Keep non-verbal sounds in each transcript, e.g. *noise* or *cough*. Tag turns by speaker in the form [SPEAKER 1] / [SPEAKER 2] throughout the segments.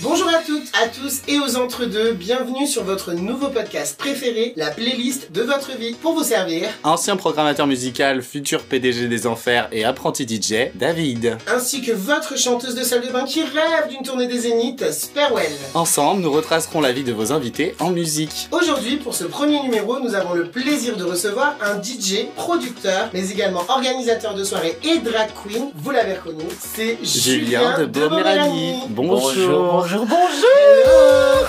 [SPEAKER 1] Bonjour à toutes, à tous et aux entre-deux, bienvenue sur votre nouveau podcast préféré, la playlist de votre vie. Pour vous servir,
[SPEAKER 2] Ancien programmateur musical, futur PDG des Enfers et apprenti DJ, David.
[SPEAKER 1] ainsi que votre chanteuse de salle de bain qui rêve d'une tournée des Zéniths, Sperwell.
[SPEAKER 2] Ensemble, nous retracerons la vie de vos invités en musique.
[SPEAKER 1] Aujourd'hui, pour ce premier numéro, nous avons le plaisir de recevoir un DJ, producteur, mais également organisateur de soirées et drag queen. Vous l'avez reconnu, c'est Julien,
[SPEAKER 2] Julien de Boméranie. Bonjour.
[SPEAKER 3] bonjour, bonjour.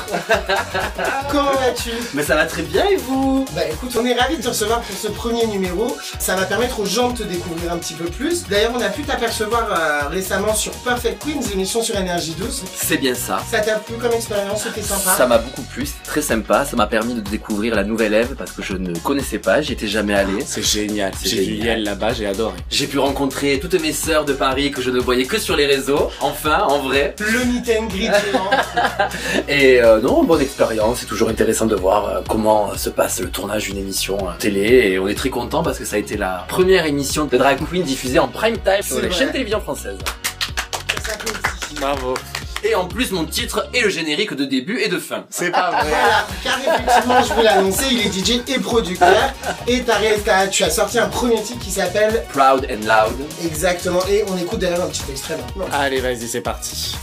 [SPEAKER 1] *laughs* Comment vas-tu
[SPEAKER 3] Mais ça va très bien et vous
[SPEAKER 1] Bah écoute, on est ravis de te recevoir pour ce premier numéro. Ça va permettre aux gens de te découvrir un petit peu plus. D'ailleurs, on a pu t'apercevoir euh, récemment sur Perfect Queens, l'émission sur Énergie 12.
[SPEAKER 3] C'est bien ça.
[SPEAKER 1] Ça t'a plu comme expérience C'était sympa
[SPEAKER 3] Ça m'a beaucoup plu, c'est très sympa. Ça m'a permis de découvrir la nouvelle Ève parce que je ne connaissais pas, j'y étais jamais allé.
[SPEAKER 2] C'est génial.
[SPEAKER 3] C'est
[SPEAKER 2] J'ai vu
[SPEAKER 3] génial.
[SPEAKER 2] Yael là-bas, j'ai adoré.
[SPEAKER 3] J'ai pu rencontrer toutes mes sœurs de Paris que je ne voyais que sur les réseaux, enfin, en vrai.
[SPEAKER 1] Le meet and greet géant.
[SPEAKER 3] Et euh, non, bonne expérience. C'est toujours intéressant de voir euh, comment se passe le tournage d'une émission euh, télé. Et on est très content parce que ça a été la première émission de drag queen diffusée en prime time sur
[SPEAKER 1] C'est
[SPEAKER 3] les
[SPEAKER 1] vrai.
[SPEAKER 3] chaînes télévision françaises.
[SPEAKER 1] Ça s'applaudit.
[SPEAKER 2] Bravo.
[SPEAKER 3] Et en plus, mon titre et le générique de début et de fin.
[SPEAKER 2] C'est pas vrai.
[SPEAKER 1] Voilà, car effectivement, je vous l'annoncer, il est DJ et producteur. Et t'as ré- t'as- tu as sorti un premier titre qui s'appelle
[SPEAKER 3] Proud and loud.
[SPEAKER 1] Exactement. Et on écoute d'ailleurs un petit extrait maintenant.
[SPEAKER 2] Allez, vas-y, c'est parti.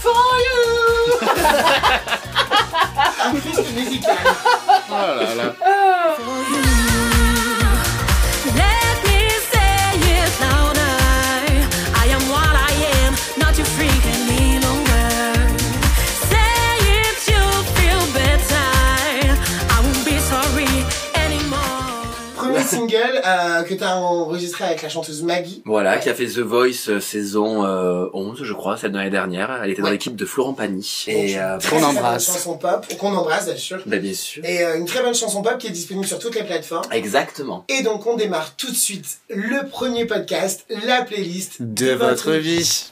[SPEAKER 1] Un twist musical.
[SPEAKER 2] Oh là là.
[SPEAKER 4] Let me say it louder. I am what I am, not your freak any longer. Say it, you'll feel better. I won't be sorry anymore.
[SPEAKER 1] Premier single euh, que t'as enregistré avec la chanteuse Maggie.
[SPEAKER 3] Voilà, qui a fait The Voice euh, saison euh, 11, je crois, celle de l'année dernière. Elle était dans
[SPEAKER 1] Ouais.
[SPEAKER 3] l'équipe de Florent Pagny. Et euh,
[SPEAKER 1] Très,
[SPEAKER 2] qu'on
[SPEAKER 1] très bonne
[SPEAKER 2] embrasse.
[SPEAKER 1] chanson pop, qu'on embrasse, bien sûr.
[SPEAKER 3] ben, bien sûr.
[SPEAKER 1] Et euh, une très bonne chanson pop qui est disponible sur toutes les plateformes.
[SPEAKER 3] Exactement.
[SPEAKER 1] Et donc, on démarre tout de suite le premier podcast, la playlist
[SPEAKER 2] *laughs* De votre vie.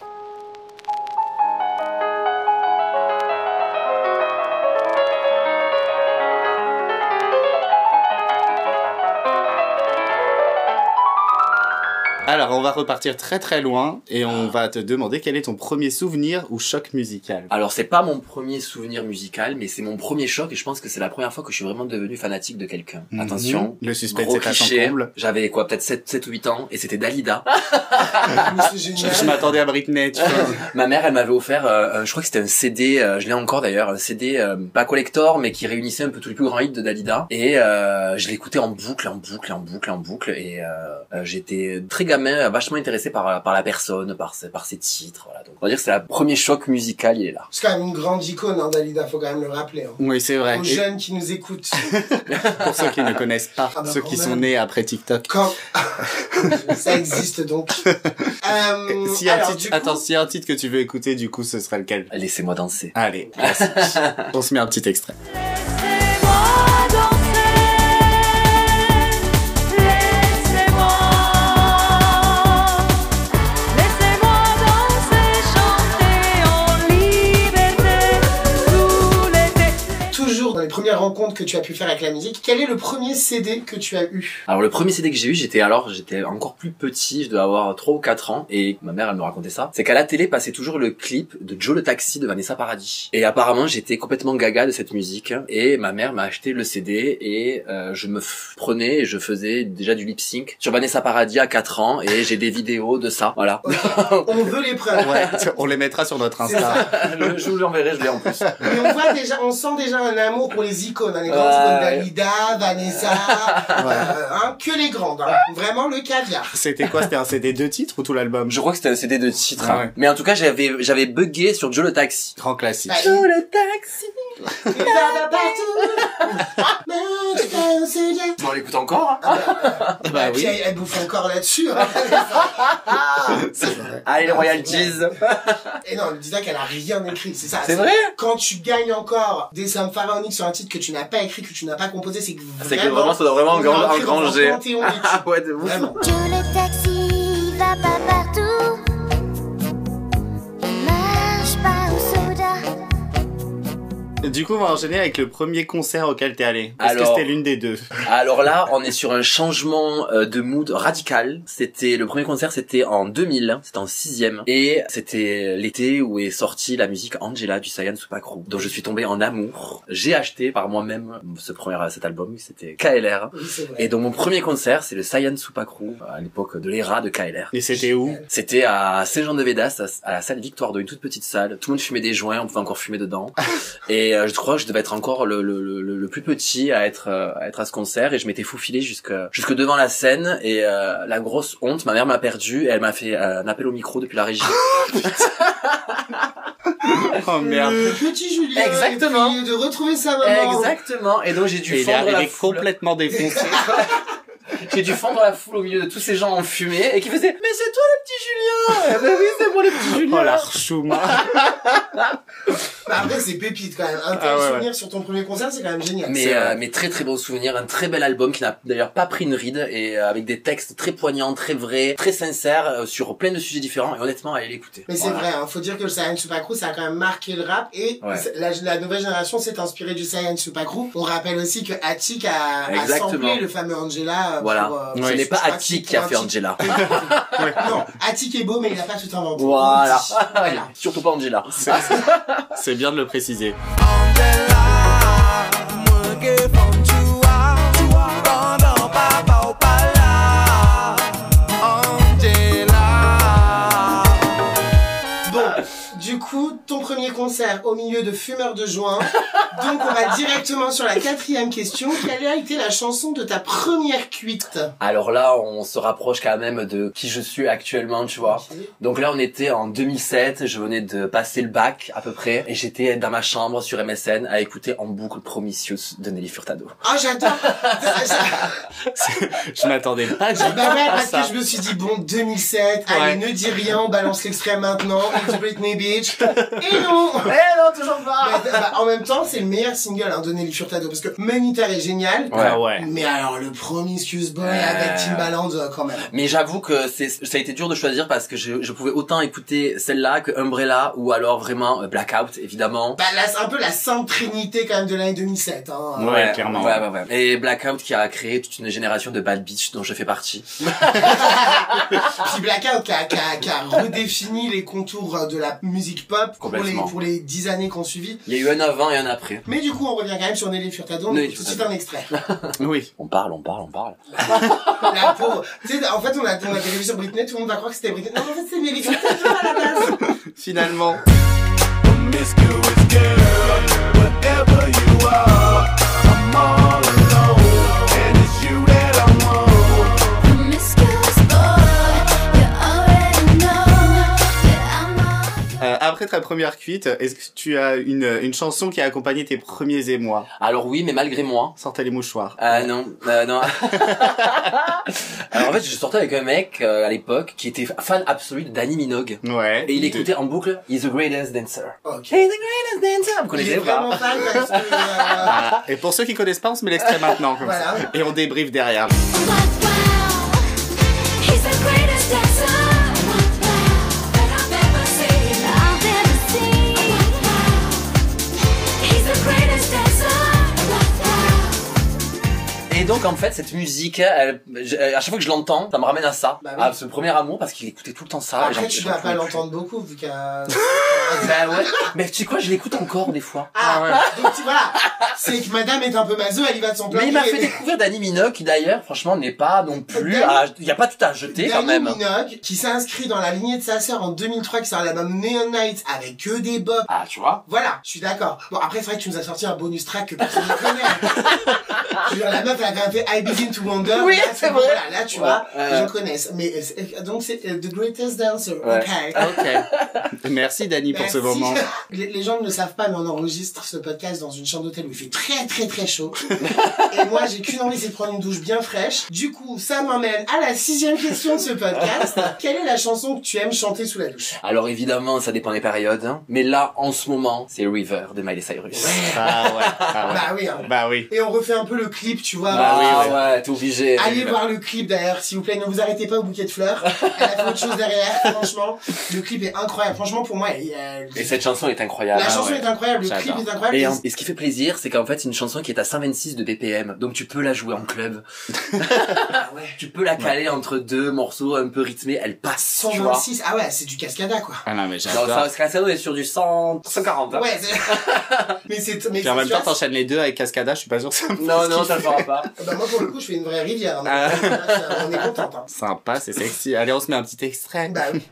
[SPEAKER 2] Alors, on va repartir très très loin et on va te demander quel est ton premier souvenir ou choc musical.
[SPEAKER 3] Alors c'est pas mon premier souvenir musical, mais c'est mon premier choc et je pense que c'est la première fois que je suis vraiment devenu fanatique de quelqu'un.
[SPEAKER 2] Mhm.
[SPEAKER 3] Attention.
[SPEAKER 2] le suspense
[SPEAKER 3] Ah. Gros
[SPEAKER 2] est à son
[SPEAKER 3] cliché.
[SPEAKER 2] comble.
[SPEAKER 3] J'avais quoi, peut-être 7, 7 ou 8 ans, et c'était Dalida.
[SPEAKER 1] Mais c'est
[SPEAKER 2] Je,
[SPEAKER 1] génial.
[SPEAKER 2] je m'attendais à Britney, tu vois.
[SPEAKER 3] Ma mère, elle m'avait offert, euh, un- je crois que c'était un CD, euh, je l'ai encore d'ailleurs, un CD euh, pas collector, mais qui réunissait un peu tous les plus grands hits de Dalida. Et euh, je l'écoutais en boucle, en boucle, en boucle, en boucle. Et euh, euh, j'étais très gamin, euh, vachement intéressé par, par la personne, par, ses- par ses titres. Voilà. Donc, on va dire que c'est le premier choc musical, il est là.
[SPEAKER 1] C'est quand même une grande icône, hein, Dalida, faut quand même le rappeler. hein.
[SPEAKER 2] Oui, c'est vrai.
[SPEAKER 1] Aux
[SPEAKER 2] Et
[SPEAKER 1] jeunes qui nous écoutent.
[SPEAKER 2] pour ceux qui ne connaissent pas,
[SPEAKER 1] Ah bah,
[SPEAKER 2] ceux
[SPEAKER 1] quand
[SPEAKER 2] qui
[SPEAKER 1] même.
[SPEAKER 2] sont nés après TikTok. *laughs*
[SPEAKER 1] Quand ça existe donc. Euh,
[SPEAKER 2] Si y a un
[SPEAKER 1] alors,
[SPEAKER 2] titre-
[SPEAKER 1] du coup,
[SPEAKER 2] attends, s'il y a un titre que tu veux écouter, du coup, ce sera lequel
[SPEAKER 3] Laissez-moi danser.
[SPEAKER 2] Allez, classique. on se met un petit extrait.
[SPEAKER 4] Laissez-moi danser. Laissez-moi. Laissez-moi danser, chanter en liberté sous les
[SPEAKER 1] Toujours dans les premières rencontres que tu as pu faire avec la musique, quel est le premier CD que tu as eu
[SPEAKER 3] Alors le premier CD que j'ai eu, j'étais alors j'étais encore plus petit, je devais avoir 3 ou 4 ans et ma mère elle me racontait ça. C'est qu'à la télé passait toujours le clip de Joe le taxi de Vanessa Paradis. Et apparemment, j'étais complètement gaga de cette musique et ma mère m'a acheté le CD et euh, je me f- prenais et je faisais déjà du lip sync sur Vanessa Paradis à 4 ans et j'ai des vidéos de ça. *laughs* Voilà.
[SPEAKER 2] *laughs*
[SPEAKER 1] On veut les preuves.
[SPEAKER 2] Ouais, *laughs* on les mettra sur notre Insta.
[SPEAKER 3] je je vous l'enverrai, je l'ai en plus.
[SPEAKER 1] Mais on voit déjà, on sent déjà un amour pour les icônes, hein, les grandes
[SPEAKER 3] Ouais.
[SPEAKER 1] icônes Dalida, Vanessa,
[SPEAKER 3] *laughs*
[SPEAKER 2] Ouais.
[SPEAKER 1] euh, hein, que les grandes, hein. vraiment le caviar.
[SPEAKER 2] C'était quoi C'était un CD de titres ou tout l'album
[SPEAKER 3] Je crois que c'était un CD de titre.
[SPEAKER 2] Ah
[SPEAKER 3] hein.
[SPEAKER 2] ouais.
[SPEAKER 3] Mais en tout cas, j'avais j'avais bugué sur Joe le taxi.
[SPEAKER 2] Grand classique.
[SPEAKER 1] Bah, il-
[SPEAKER 3] le taxi.
[SPEAKER 1] il va
[SPEAKER 3] *laughs*
[SPEAKER 1] partout. Mais tu fais un CD.
[SPEAKER 3] On l'écoute encore. hein.
[SPEAKER 2] Bah
[SPEAKER 1] Ah, Et puis,
[SPEAKER 2] oui.
[SPEAKER 1] elle, elle bouffe encore là-dessus. hein.
[SPEAKER 3] Allez, les royalties.
[SPEAKER 1] Et non, elle me disait qu'elle a rien écrit, c'est ça.
[SPEAKER 3] C'est vrai
[SPEAKER 1] quand tu gagnes encore des sommes pharaoniques sur un titre que tu n'as pas écrit, que tu n'as pas composé, c'est que vraiment...
[SPEAKER 3] Ah, C'est que vraiment, ça doit vraiment
[SPEAKER 1] on est
[SPEAKER 3] engran-
[SPEAKER 1] entré dans un
[SPEAKER 3] engranger.
[SPEAKER 1] panthéon d'études.
[SPEAKER 3] *laughs* Ah ouais, de ouf.
[SPEAKER 1] Vraiment.
[SPEAKER 5] Joe le taxi il va pas partout. Il marche pas au soda.
[SPEAKER 2] Du coup, on va enchaîner avec le premier concert auquel t'es allé. Est-ce que
[SPEAKER 3] Alors-
[SPEAKER 2] c'était l'une des deux
[SPEAKER 3] Alors là, on est sur un changement euh, de mood radical. C'était le premier concert, c'était en 2000, c'était en sixième, et c'était l'été où est sortie la musique Angela du Sayan Supakru, dont je suis tombé en amour. J'ai acheté par moi-même ce premier euh, cet album, c'était KLR.
[SPEAKER 1] Oui, c'est vrai.
[SPEAKER 3] Et donc mon premier concert, c'est le Sayan Supakru à l'époque de l'era de KLR.
[SPEAKER 2] Et c'était où
[SPEAKER 3] C'était à Saint-Jean-de-Védas, à à la salle Victoire 2, une toute petite salle. Tout le monde fumait des joints, on pouvait encore fumer dedans. et euh, je crois que je devais être encore le, le, le, le plus petit à être, euh, à être à ce concert. Et je m'étais faufilé jusque, jusque devant la scène. Et euh, la grosse honte, ma mère m'a perdu et elle m'a fait euh, un appel au micro depuis la régie.
[SPEAKER 2] Oh merde.
[SPEAKER 1] Le petit Julien
[SPEAKER 3] Exactement.
[SPEAKER 1] est prié de retrouver sa maman.
[SPEAKER 3] Exactement. Et donc j'ai dû
[SPEAKER 2] Et il est
[SPEAKER 3] fendre la
[SPEAKER 2] arrivé
[SPEAKER 3] foule.
[SPEAKER 2] complètement défoncé.
[SPEAKER 3] J'ai dû fendre la foule au milieu de tous ces gens en fumée et qui faisaient « Mais c'est toi le petit Julien !» Eh ben oui, c'est moi le petit Julien
[SPEAKER 2] Oh la rchouma.
[SPEAKER 1] Bah, après, c'est pépite quand même. Un tel
[SPEAKER 2] Ah, ouais,
[SPEAKER 1] souvenir sur ton premier concert, c'est quand même génial.
[SPEAKER 3] Mais,
[SPEAKER 2] C'est vrai.
[SPEAKER 3] euh, mais très très bon souvenir, un très bel album qui n'a d'ailleurs pas pris une ride et euh, avec des textes très poignants, très vrais, très sincères euh, sur plein de sujets différents et honnêtement allez l'écouter.
[SPEAKER 1] Mais c'est
[SPEAKER 3] Voilà.
[SPEAKER 1] vrai, hein, faut dire que le Saiyan Supakru, ça a quand même marqué le rap et
[SPEAKER 3] Ouais.
[SPEAKER 1] c'est- la, la nouvelle génération s'est inspirée du Saiyan Supakru. On rappelle aussi que Attic a, a
[SPEAKER 3] Exactement.
[SPEAKER 1] samplé le fameux Angela. euh,
[SPEAKER 3] Voilà.
[SPEAKER 1] pour, euh,
[SPEAKER 2] Ouais.
[SPEAKER 1] pour-
[SPEAKER 3] Ce n'est pas
[SPEAKER 1] je crois que
[SPEAKER 3] Atti
[SPEAKER 1] c'était
[SPEAKER 3] qui a fait
[SPEAKER 1] un petit-
[SPEAKER 3] Angela.
[SPEAKER 1] non, Attic est beau, mais il a pas tout inventé.
[SPEAKER 3] Voilà.
[SPEAKER 1] *laughs* Voilà.
[SPEAKER 3] Ah, Surtout pas Angela. Ah.
[SPEAKER 2] C'est- C'est bien de le préciser.
[SPEAKER 1] Bon, du coup, ton premier concert au milieu de fumeurs de joint. Donc, on va directement sur la quatrième question. Quelle a été la chanson de ta première cuite
[SPEAKER 3] Alors là, on se rapproche quand même de qui je suis actuellement, tu vois. Donc là, on était en 2007, je venais de passer le bac à peu près et j'étais dans ma chambre sur MSN à écouter en boucle Promiscuous de Nelly Furtado.
[SPEAKER 1] Ah, j'adore
[SPEAKER 2] Je m'attendais pas du tout
[SPEAKER 1] Bah ouais,
[SPEAKER 2] à
[SPEAKER 1] parce
[SPEAKER 2] Ah, ça.
[SPEAKER 1] que je me suis dit, bon, 2007, allez, ne dis rien, on balance l'extrait maintenant, it's Britney Beach. Et non
[SPEAKER 3] Eh non, toujours pas
[SPEAKER 1] Bah, bah, En même temps, c'est le meilleur single hein, de Nelly Furtado, parce que Manita est génial,
[SPEAKER 2] Ah ouais.
[SPEAKER 1] mais alors le Promiscuous Boy
[SPEAKER 3] Euh.
[SPEAKER 1] avec Timbaland, euh, quand même.
[SPEAKER 3] Mais j'avoue que c'est, ça a été dur de choisir parce que je, je pouvais autant écouter celle-là que Umbrella ou alors vraiment euh, Blackout, évidemment.
[SPEAKER 1] Bah, là, c'est un peu la sainte trinité, quand même, de l'année 2007. Hein.
[SPEAKER 2] Ouais, clairement.
[SPEAKER 3] Ouais, ouais, ouais. Et Blackout qui a créé toute une génération de bad bitch dont je fais partie.
[SPEAKER 1] Puis Blackout qui a, qui a- qui a redéfini les contours euh, de la musique pop pour les,
[SPEAKER 3] Complètement.
[SPEAKER 1] pour les dix années qu'on suivit.
[SPEAKER 3] Il y a eu un avant et un après.
[SPEAKER 1] Mais du coup, on revient quand même sur Nelly Furtado, on
[SPEAKER 3] Nelly
[SPEAKER 1] écoute tout de suite un
[SPEAKER 3] Furtado.
[SPEAKER 1] extrait.
[SPEAKER 2] Oui.
[SPEAKER 3] On parle, on parle, on parle.
[SPEAKER 1] *laughs* La pauvre. Tu sais, en fait, on a, on a dérivé sur Britney, tout le monde va croire que c'était Britney. Non, en fait, c'est Nelly Furtado à la base.
[SPEAKER 2] Finalement. Euh, après ta première cuite, est-ce que tu as une, une chanson qui a accompagné tes premiers émois
[SPEAKER 3] Alors oui, mais malgré moi.
[SPEAKER 2] Sortez les mouchoirs.
[SPEAKER 3] Ah non, euh, *laughs* non. alors en fait, je sortais avec un mec euh, à l'époque qui était fan absolu de Danny Minogue.
[SPEAKER 2] Ouais.
[SPEAKER 3] Et il
[SPEAKER 2] De-
[SPEAKER 3] écoutait en boucle He's the greatest dancer.
[SPEAKER 1] Ok.
[SPEAKER 3] He's the greatest dancer. Vous
[SPEAKER 1] Il
[SPEAKER 3] connaissez
[SPEAKER 1] est
[SPEAKER 3] ou pas
[SPEAKER 1] vraiment fan parce que. euh,
[SPEAKER 2] Ah, Et pour ceux qui connaissent pas, on se met l'extrait maintenant. comme ça.
[SPEAKER 1] Voilà.
[SPEAKER 2] Et on débriefe derrière.
[SPEAKER 3] Et donc en fait cette musique, elle, je- à chaque fois que je l'entends, ça me ramène à ça,
[SPEAKER 1] Bah oui.
[SPEAKER 3] à ce premier amour parce qu'il écoutait tout le temps ça. et
[SPEAKER 1] Après,
[SPEAKER 3] j'en-
[SPEAKER 1] tu
[SPEAKER 3] j'en
[SPEAKER 1] vas
[SPEAKER 3] pouvais
[SPEAKER 1] pas
[SPEAKER 3] plus.
[SPEAKER 1] l'entendre beaucoup vu qu'à.
[SPEAKER 3] Bah ouais. Mais tu sais quoi, je l'écoute encore des fois.
[SPEAKER 1] Ah,
[SPEAKER 2] ouais.
[SPEAKER 1] donc tu voilà. C'est que madame est un peu maso, elle y va de son plein
[SPEAKER 3] Mais il m'a
[SPEAKER 1] gré.
[SPEAKER 3] fait découvrir Danny Minogue qui d'ailleurs, franchement, n'est pas non plus,
[SPEAKER 1] Danny-
[SPEAKER 3] à- il y a pas tout à jeter quand
[SPEAKER 1] Dani
[SPEAKER 3] même.
[SPEAKER 1] Minogue, qui s'est inscrit dans la lignée de sa sœur en 2003, qui sort l'album Neon Night avec que des bops.
[SPEAKER 3] Ah tu vois.
[SPEAKER 1] Voilà, je suis d'accord. Bon, après, c'est vrai que tu nous as sorti un bonus track que personne ne connaît. hein. Je veux dire, la meuf, elle a quand même fait I Begin to Wonder.
[SPEAKER 3] Oui,
[SPEAKER 1] Là,
[SPEAKER 3] c'est
[SPEAKER 1] tu-
[SPEAKER 3] vrai.
[SPEAKER 1] Voilà, là, tu
[SPEAKER 3] Ouais,
[SPEAKER 1] vois,
[SPEAKER 3] ouais.
[SPEAKER 1] les gens connaissent. Mais, euh, c'est- euh, donc, c'est euh, The Greatest Dancer.
[SPEAKER 3] Ouais.
[SPEAKER 1] Ok.
[SPEAKER 2] Ok. Ah, Merci Dani pour ce
[SPEAKER 1] Merci. *laughs*
[SPEAKER 2] moment.
[SPEAKER 1] Les, les gens ne le savent pas, mais on enregistre ce podcast dans une chambre d'hôtel où il fait très très très
[SPEAKER 2] *laughs*
[SPEAKER 1] chaud. Et moi, j'ai qu'une envie, c'est de prendre une douche bien fraîche. Du coup, ça m'emmène à la sixième question de ce
[SPEAKER 2] *laughs*
[SPEAKER 1] podcast. Quelle est la chanson que tu aimes chanter sous la douche
[SPEAKER 3] Alors évidemment, ça dépend des périodes. hein. Mais là, en ce moment, c'est River de Miley Cyrus.
[SPEAKER 2] Ah ouais. Ah ouais.
[SPEAKER 1] Bah oui, hein.
[SPEAKER 2] Bah oui.
[SPEAKER 1] Et on refait un peu le clip, tu vois,
[SPEAKER 2] bah oui, ouais.
[SPEAKER 3] ouais, t'es obligé.
[SPEAKER 1] Ah. Allez voir le clip d'ailleurs, s'il vous plaît, ne vous arrêtez pas au bouquet de
[SPEAKER 3] *laughs*
[SPEAKER 1] fleurs. Elle a fait autre chose derrière, franchement. Le clip est incroyable. Franchement, pour moi, il y a-
[SPEAKER 3] Et cette chanson est incroyable. Ah
[SPEAKER 1] la chanson
[SPEAKER 2] ouais.
[SPEAKER 1] est incroyable, le clip
[SPEAKER 2] J'adore.
[SPEAKER 1] est incroyable.
[SPEAKER 3] Et, en- et ce qui fait plaisir, c'est qu'en fait, c'est une chanson qui est à 126 de BPM, donc tu peux la jouer en club. Tu peux la caler entre deux morceaux un peu rythmés, elle passe, tu vois.
[SPEAKER 1] 126, ah ouais, c'est du cascada quoi.
[SPEAKER 2] Ah non, mais
[SPEAKER 3] Genre, ça,
[SPEAKER 2] j'adore.
[SPEAKER 3] parce que la scène, on est sur du 100, 140. hein.
[SPEAKER 1] Ouais, c'est... *laughs* mais c'est... Mais
[SPEAKER 2] Puis en
[SPEAKER 1] c'est-
[SPEAKER 2] même
[SPEAKER 1] tu
[SPEAKER 2] temps,
[SPEAKER 1] vois,
[SPEAKER 2] t'enchaînes les deux avec Cascada, je suis pas sûr que ça me
[SPEAKER 3] Non,
[SPEAKER 2] fasse
[SPEAKER 3] non,
[SPEAKER 2] kiffer.
[SPEAKER 3] ça le fera pas.
[SPEAKER 1] c'est- bah, moi pour le coup, je fais une vraie rivière. donc,
[SPEAKER 2] Ah.
[SPEAKER 1] euh, on est contente.
[SPEAKER 3] *laughs*
[SPEAKER 1] Hein.
[SPEAKER 2] Sympa, c'est sexy. Allez, on se met un petit extrait.
[SPEAKER 1] Bah oui.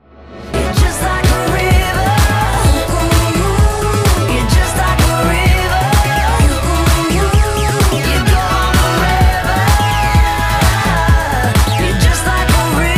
[SPEAKER 4] You're just like a river. You're just like a river. You go on forever. You're just like a river.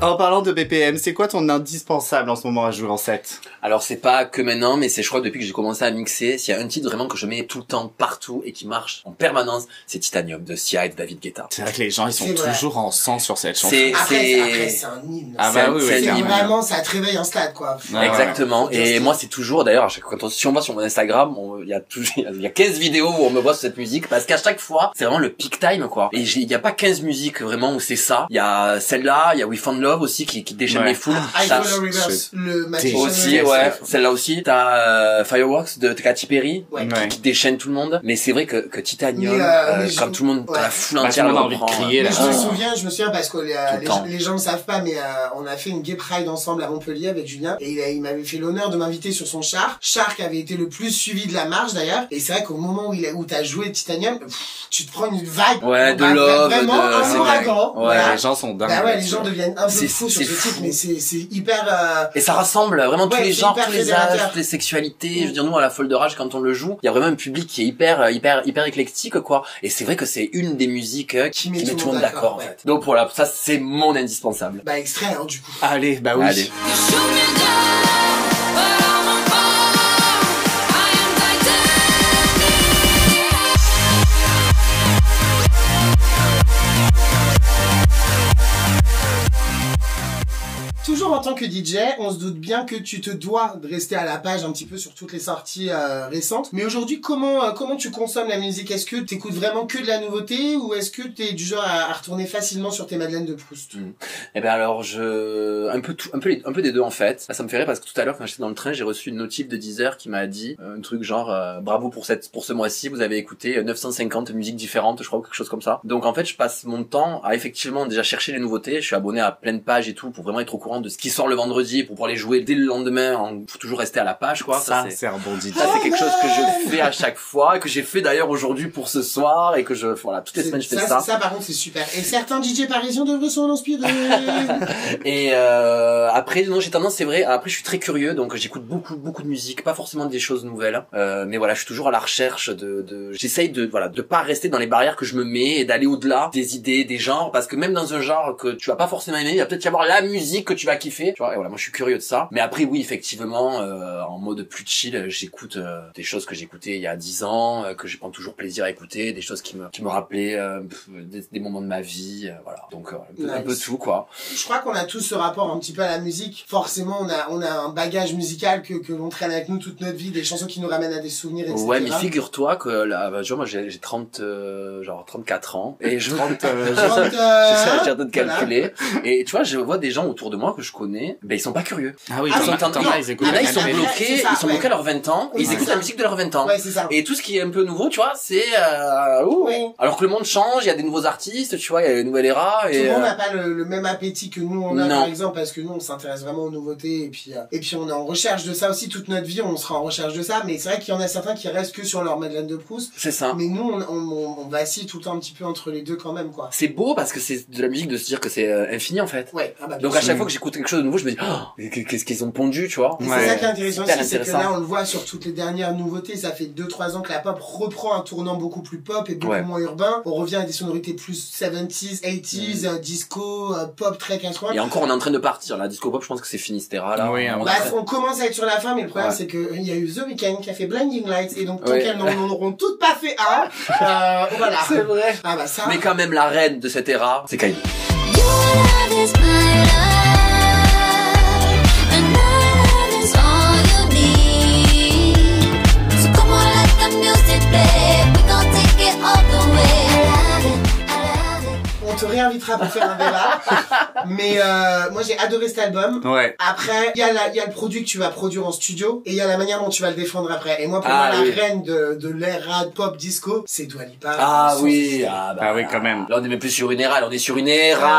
[SPEAKER 2] En parlant de BPM, c'est quoi ton indispensable en ce moment à jouer en set
[SPEAKER 3] Alors c'est pas que maintenant, mais c'est je crois depuis que j'ai commencé à mixer, s'il y a un titre vraiment que je mets tout le temps, partout et qui marche en permanence, c'est Titanium de Sia et de David Guetta.
[SPEAKER 2] C'est vrai que les gens, ils sont
[SPEAKER 1] C'est vrai.
[SPEAKER 2] toujours en sang sur cette chanson.
[SPEAKER 3] C'est
[SPEAKER 1] Après,
[SPEAKER 3] c'est-
[SPEAKER 1] après, c'est un hymne.
[SPEAKER 2] Ah bah oui, oui,
[SPEAKER 3] C'est-
[SPEAKER 1] c'est
[SPEAKER 3] c'est
[SPEAKER 2] clairement.
[SPEAKER 1] vraiment, ça te réveille un stade quoi.
[SPEAKER 2] Ah ouais.
[SPEAKER 3] Exactement.
[SPEAKER 1] Justin.
[SPEAKER 3] Et moi, c'est toujours, d'ailleurs, à chaque- quand on, si on va sur mon Instagram, on- il y a toujours, *laughs* il y a 15 vidéos où on me voit sur cette musique, parce qu'à chaque fois, c'est vraiment le peak time, quoi. Et j'ai- il y a pas 15 musiques vraiment où c'est ça. Il y a celle-là, il y a We Found Love aussi qui, qui déchaîne
[SPEAKER 2] Ouais.
[SPEAKER 3] les foules.
[SPEAKER 1] I
[SPEAKER 3] T'as-
[SPEAKER 1] Follow Rivers, Ah, le magicien.
[SPEAKER 3] aussi,
[SPEAKER 2] Yes,
[SPEAKER 3] ouais.
[SPEAKER 2] yes.
[SPEAKER 3] Celle-là aussi, t'as euh, Fireworks de Katy Perry.
[SPEAKER 1] Ouais.
[SPEAKER 2] Ouais.
[SPEAKER 3] qui déchaîne tout le monde. Mais c'est vrai que, que Titanium,
[SPEAKER 1] Mais, euh,
[SPEAKER 3] euh,
[SPEAKER 1] mais je-
[SPEAKER 3] quand tout le monde,
[SPEAKER 1] ouais.
[SPEAKER 3] la foule
[SPEAKER 2] Bah,
[SPEAKER 3] entière
[SPEAKER 2] tout le monde
[SPEAKER 3] le
[SPEAKER 2] a envie de
[SPEAKER 3] reprend.
[SPEAKER 2] crier,
[SPEAKER 1] Mais
[SPEAKER 2] là.
[SPEAKER 1] je me
[SPEAKER 2] Ah.
[SPEAKER 1] souviens, je me souviens parce que les, euh,
[SPEAKER 3] Tout le
[SPEAKER 1] les,
[SPEAKER 3] temps.
[SPEAKER 1] gens- les gens ne savent pas, mais euh, on a fait une gay pride ensemble à Montpellier avec Julien et il, a- il m'avait fait l'honneur de m'inviter sur son char. Char qui avait été le plus suivi de la marche d'ailleurs. Et c'est vrai qu'au moment où il a, où t'as joué Titanium, pff, tu te prends une vague.
[SPEAKER 3] Ouais, de
[SPEAKER 1] Bah,
[SPEAKER 3] love,
[SPEAKER 1] Vraiment
[SPEAKER 3] de-
[SPEAKER 1] un
[SPEAKER 3] c'est
[SPEAKER 1] ouragan.
[SPEAKER 3] dingue. Ouais,
[SPEAKER 2] Ouais,
[SPEAKER 1] voilà.
[SPEAKER 2] les gens sont dingues.
[SPEAKER 1] Bah ouais, les
[SPEAKER 2] là-dessus.
[SPEAKER 1] gens deviennent un peu
[SPEAKER 3] C'est-
[SPEAKER 1] fous sur
[SPEAKER 3] c'est
[SPEAKER 1] ce titre,
[SPEAKER 3] fou.
[SPEAKER 1] mais c'est c'est hyper. euh,
[SPEAKER 3] Et ça rassemble vraiment tous
[SPEAKER 1] Ouais,
[SPEAKER 3] les
[SPEAKER 1] c'est
[SPEAKER 3] genres,
[SPEAKER 1] hyper
[SPEAKER 3] tous les âges,
[SPEAKER 1] fédérateur.
[SPEAKER 3] toutes les sexualités. Je veux dire, nous, à la Fold Rage, quand on le joue, il y a vraiment un public qui est hyper, euh, hyper, hyper éclectique, quoi. Et c'est vrai que c'est une des musiques euh, qui, qui met tout le monde d'accord, en
[SPEAKER 1] ouais.
[SPEAKER 3] fait. Donc voilà, ça, c'est mon indispensable.
[SPEAKER 1] Bah extrait hein, du coup.
[SPEAKER 2] Allez, bah oui.
[SPEAKER 3] Allez.
[SPEAKER 4] You shoot me down, but I won't fall. I am Titanic.
[SPEAKER 1] Toujours en tant que DJ, on se doute bien que tu te dois de rester à la page un petit peu sur toutes les sorties euh, récentes. Mais aujourd'hui, comment euh, comment tu consommes la musique Est-ce que tu écoutes vraiment que de la nouveauté ou est-ce que tu es du genre à, à retourner facilement sur tes madeleines de Proust
[SPEAKER 3] Eh ben alors je un peu tout un peu les- un peu des deux en fait. Ça me fait rire parce que tout à l'heure quand j'étais dans le train, j'ai reçu une notif de Deezer qui m'a dit euh, un truc genre euh, bravo pour cette pour ce mois-ci, vous avez écouté euh, 950 musiques différentes, je crois ou quelque chose comme ça. Donc en fait, je passe mon temps à effectivement déjà chercher les nouveautés, je suis abonné à plein de pages et tout pour vraiment être au courant de ce qui sort le vendredi pour pouvoir les jouer dès le lendemain, en- pour toujours rester à la page quoi.
[SPEAKER 2] Ça, c'est un bon DJ.
[SPEAKER 1] Ah,
[SPEAKER 3] Ça, c'est quelque chose que je fais à chaque fois, que j'ai fait d'ailleurs aujourd'hui pour ce soir, et que je, voilà, toutes les
[SPEAKER 1] C'est-
[SPEAKER 3] semaines je fais
[SPEAKER 1] ça, c'est- ça, par contre, c'est super. Et certains DJ parisiens devraient s'en
[SPEAKER 3] *laughs*
[SPEAKER 1] inspirer.
[SPEAKER 3] Et euh, après, non, j'ai tendance, c'est vrai. Après, je suis très curieux, donc j'écoute beaucoup, beaucoup de musique, pas forcément des choses nouvelles. Euh, mais voilà, je suis toujours à la recherche de. de J'essaye de, voilà, de pas rester dans les barrières que je me mets et d'aller au-delà des idées, des genres, parce que même dans un genre que tu vas pas forcément aimer, il va peut-être y avoir la musique que tu vas kiffer. Tu vois, et voilà, moi, je suis curieux de ça. Mais après, oui, effectivement, euh, en mode plus chill, j'écoute euh, des choses que j'écoutais il y a 10 ans, euh, que je prends toujours plaisir à écouter, des choses qui me, qui me rappelaient euh, pff, des, des moments de ma vie. euh, voilà, donc euh, un, peu, un peu
[SPEAKER 1] Nice.
[SPEAKER 3] tout quoi.
[SPEAKER 1] Je crois qu'on a tous ce rapport un petit peu à la musique. Forcément, on a on a un bagage musical que que l'on traîne avec nous toute notre vie, des chansons qui nous ramènent à des souvenirs, etc.
[SPEAKER 3] Ouais, mais figure-toi que là, bah, tu vois, moi j'ai j'ai 30, euh, genre 34 ans et je *laughs* rentre.
[SPEAKER 1] Quand, euh,
[SPEAKER 3] J'essaie de
[SPEAKER 1] voilà.
[SPEAKER 3] calculer. Et tu vois, je vois des gens autour de moi que je connais, ben ils sont pas curieux.
[SPEAKER 2] Ah oui,
[SPEAKER 1] Ah,
[SPEAKER 2] t'en
[SPEAKER 1] mais
[SPEAKER 2] as-
[SPEAKER 1] attends,
[SPEAKER 2] t'en
[SPEAKER 1] non.
[SPEAKER 2] as, ils écoutent
[SPEAKER 1] Ah,
[SPEAKER 3] là,
[SPEAKER 2] la
[SPEAKER 3] ils sont
[SPEAKER 1] mais-
[SPEAKER 2] musique.
[SPEAKER 3] bloqués,
[SPEAKER 1] c'est ça,
[SPEAKER 3] ils sont
[SPEAKER 1] ouais.
[SPEAKER 3] bloqués à leurs 20 ans,
[SPEAKER 1] Oui,
[SPEAKER 3] ils
[SPEAKER 1] c'est
[SPEAKER 3] écoutent
[SPEAKER 1] ça.
[SPEAKER 3] la musique de leurs 20 ans.
[SPEAKER 1] Ouais, c'est ça.
[SPEAKER 3] Et tout ce qui est un peu nouveau, tu vois, c'est euh, ouh.
[SPEAKER 1] Ouais.
[SPEAKER 3] alors que le monde change, il y a des nouveaux artistes, tu vois, il y a une nouvelle era
[SPEAKER 1] Tout
[SPEAKER 3] et
[SPEAKER 1] le monde
[SPEAKER 3] euh,
[SPEAKER 1] n'a pas le, le même appétit que nous on a
[SPEAKER 3] Non.
[SPEAKER 1] par exemple parce que nous on s'intéresse vraiment aux nouveautés et puis euh, et puis on est en recherche de ça aussi toute notre vie on sera en recherche de ça mais c'est vrai qu'il y en a certains qui restent que sur leur Madeleine de Proust
[SPEAKER 3] c'est ça.
[SPEAKER 1] mais nous on, on, on, on vacille tout le temps un petit peu entre les deux quand même quoi
[SPEAKER 3] C'est beau parce que c'est de la musique de se dire que c'est euh, infini en fait.
[SPEAKER 1] ouais ah bah,
[SPEAKER 3] Donc à chaque fois que j'écoute quelque chose de nouveau, je me dis Oh, mais qu'est-ce qu'ils ont pondu, tu vois.
[SPEAKER 1] Et
[SPEAKER 2] Ouais.
[SPEAKER 1] c'est ça qui est intéressant
[SPEAKER 3] Super
[SPEAKER 1] aussi, c'est que
[SPEAKER 3] intéressant.
[SPEAKER 1] là on le voit sur toutes les dernières nouveautés, ça fait 2-3 ans que la pop reprend un tournant beaucoup plus pop et beaucoup
[SPEAKER 3] Ouais.
[SPEAKER 1] moins urbain. On revient à des sonorités plus 70s, 80s,
[SPEAKER 3] Mm.
[SPEAKER 1] euh, disco, euh, pop très 80.
[SPEAKER 3] Et encore, on est en train de partir. La disco pop, je pense que c'est Finistera, là.
[SPEAKER 2] Oui,
[SPEAKER 3] on
[SPEAKER 2] on-
[SPEAKER 1] Bah, on commence à être sur la fin, mais le problème,
[SPEAKER 3] Ouais.
[SPEAKER 1] c'est que il y a eu The Weeknd qui a fait Blinding Lights, et donc, tant
[SPEAKER 3] Ouais.
[SPEAKER 1] qu'elles n'en en auront toutes pas fait
[SPEAKER 3] *laughs*
[SPEAKER 1] un, euh, voilà.
[SPEAKER 3] vrai.
[SPEAKER 1] Ah, bah, ça.
[SPEAKER 3] Mais quand même, la reine de cette era, c'est Kylie.
[SPEAKER 5] Your love is my love, and my love is all you need. So come on, let the music play. We gon' take it all the way.
[SPEAKER 1] réinvitera pour faire un
[SPEAKER 3] *laughs*
[SPEAKER 1] débat. Mais euh, moi, j'ai adoré cet album.
[SPEAKER 2] Ouais.
[SPEAKER 1] Après, il y, a la- il y a le produit que tu vas produire en studio et il y a la manière dont tu vas le défendre après. Et moi, pour
[SPEAKER 3] Ah,
[SPEAKER 1] moi,
[SPEAKER 3] oui.
[SPEAKER 1] la reine de, de l'ère rap pop disco, c'est Dua Lipa.
[SPEAKER 3] Ah
[SPEAKER 1] Sans
[SPEAKER 3] oui,
[SPEAKER 1] hésiter.
[SPEAKER 3] ah, bah,
[SPEAKER 2] Ah oui, quand même.
[SPEAKER 3] Là, on n'est même plus sur une érale, on est sur une érale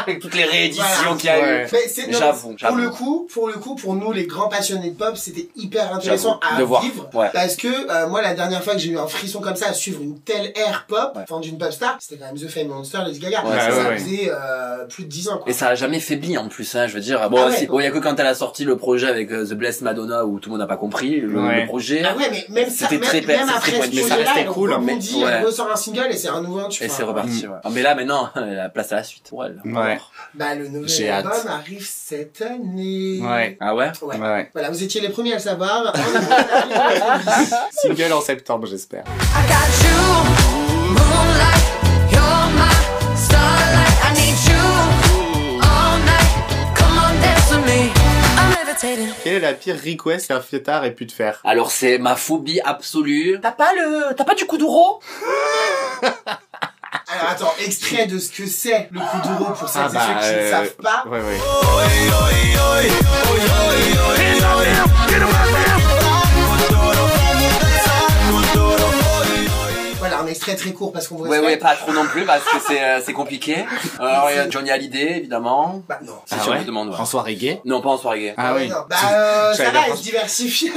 [SPEAKER 3] Avec toutes les rééditions
[SPEAKER 1] Ah. Voilà.
[SPEAKER 3] qu'il y a eu.
[SPEAKER 2] Ouais.
[SPEAKER 1] Mais c'est- non,
[SPEAKER 3] J'avoue,
[SPEAKER 1] Pour
[SPEAKER 3] j'avoue.
[SPEAKER 1] le coup, pour le coup, pour nous les grands passionnés de pop, c'était hyper intéressant
[SPEAKER 3] J'avoue,
[SPEAKER 1] à
[SPEAKER 3] de voir,
[SPEAKER 1] vivre
[SPEAKER 3] ouais.
[SPEAKER 1] parce que euh, moi la dernière fois que j'ai eu un frisson comme ça à suivre une telle ère pop,
[SPEAKER 3] Ouais.
[SPEAKER 1] enfin d'une pop star, c'était quand même The Fame Monster, Lady Gaga.
[SPEAKER 3] Ouais,
[SPEAKER 1] ça
[SPEAKER 3] ouais,
[SPEAKER 2] ouais.
[SPEAKER 1] faisait euh, plus de 10 ans quoi.
[SPEAKER 3] Et ça a jamais faibli en plus, hein, je veux dire. Bon,
[SPEAKER 1] Ah ouais.
[SPEAKER 3] si- bon, il y a que quand elle a sorti le projet avec euh, The Blessed Madonna où tout le monde n'a pas compris le,
[SPEAKER 2] Ouais.
[SPEAKER 3] le projet.
[SPEAKER 1] Ah ouais, mais même ça,
[SPEAKER 3] C'était
[SPEAKER 1] même,
[SPEAKER 3] très
[SPEAKER 1] même
[SPEAKER 3] c'est
[SPEAKER 1] après
[SPEAKER 3] très
[SPEAKER 1] ce
[SPEAKER 3] bon. Mais ça
[SPEAKER 1] projet-là,
[SPEAKER 2] restait
[SPEAKER 1] elle
[SPEAKER 2] cool, hein, mais-
[SPEAKER 1] rebondit,
[SPEAKER 3] ouais.
[SPEAKER 1] elle euh, ressort un single et c'est un nouveau tu
[SPEAKER 3] Et
[SPEAKER 1] vois.
[SPEAKER 3] c'est reparti. ouais. Ah, mais là maintenant, *laughs* la place à la suite pour elle.
[SPEAKER 2] Mm. Ouais.
[SPEAKER 3] Alors.
[SPEAKER 1] Bah le nouvel
[SPEAKER 2] J'ai
[SPEAKER 1] album
[SPEAKER 2] hâte.
[SPEAKER 1] arrive cette année.
[SPEAKER 2] Ouais.
[SPEAKER 3] Ah ouais.
[SPEAKER 1] Ouais.
[SPEAKER 2] Ouais.
[SPEAKER 1] Voilà, vous étiez les premiers à le
[SPEAKER 2] *laughs*
[SPEAKER 1] savoir. On arrive à la vie.
[SPEAKER 2] Single en septembre, j'espère.
[SPEAKER 4] I got you, moonlight, you're my starlight. I need you all night. Come on, dance with me. I'm levitating.
[SPEAKER 2] Quelle est la pire request qu'un fiotard ait pu te faire
[SPEAKER 3] Alors c'est ma phobie absolue.
[SPEAKER 6] T'as pas le, t'as pas du coup d'euro
[SPEAKER 1] Alors attends, extrait de ce que c'est le coup de roue pour celles
[SPEAKER 2] Ah
[SPEAKER 1] et
[SPEAKER 2] bah,
[SPEAKER 1] ceux qui ne
[SPEAKER 2] euh,
[SPEAKER 1] savent pas.
[SPEAKER 2] Ouais, ouais.
[SPEAKER 1] Voilà, un extrait très court parce qu'on voit
[SPEAKER 3] Ouais ouais, pas trop non plus parce que c'est euh, c'est compliqué. Alors il y a Johnny Hallyday évidemment.
[SPEAKER 1] Bah non.
[SPEAKER 3] Si tu me demandes. ouais.
[SPEAKER 2] Ah En soirée gay
[SPEAKER 3] Non pas en soirée gay.
[SPEAKER 2] Ah
[SPEAKER 1] Ouais,
[SPEAKER 2] oui.
[SPEAKER 1] non. Bah euh, ça
[SPEAKER 2] J'allais
[SPEAKER 1] va,
[SPEAKER 2] dire-
[SPEAKER 1] elle se diversifie.
[SPEAKER 2] *laughs*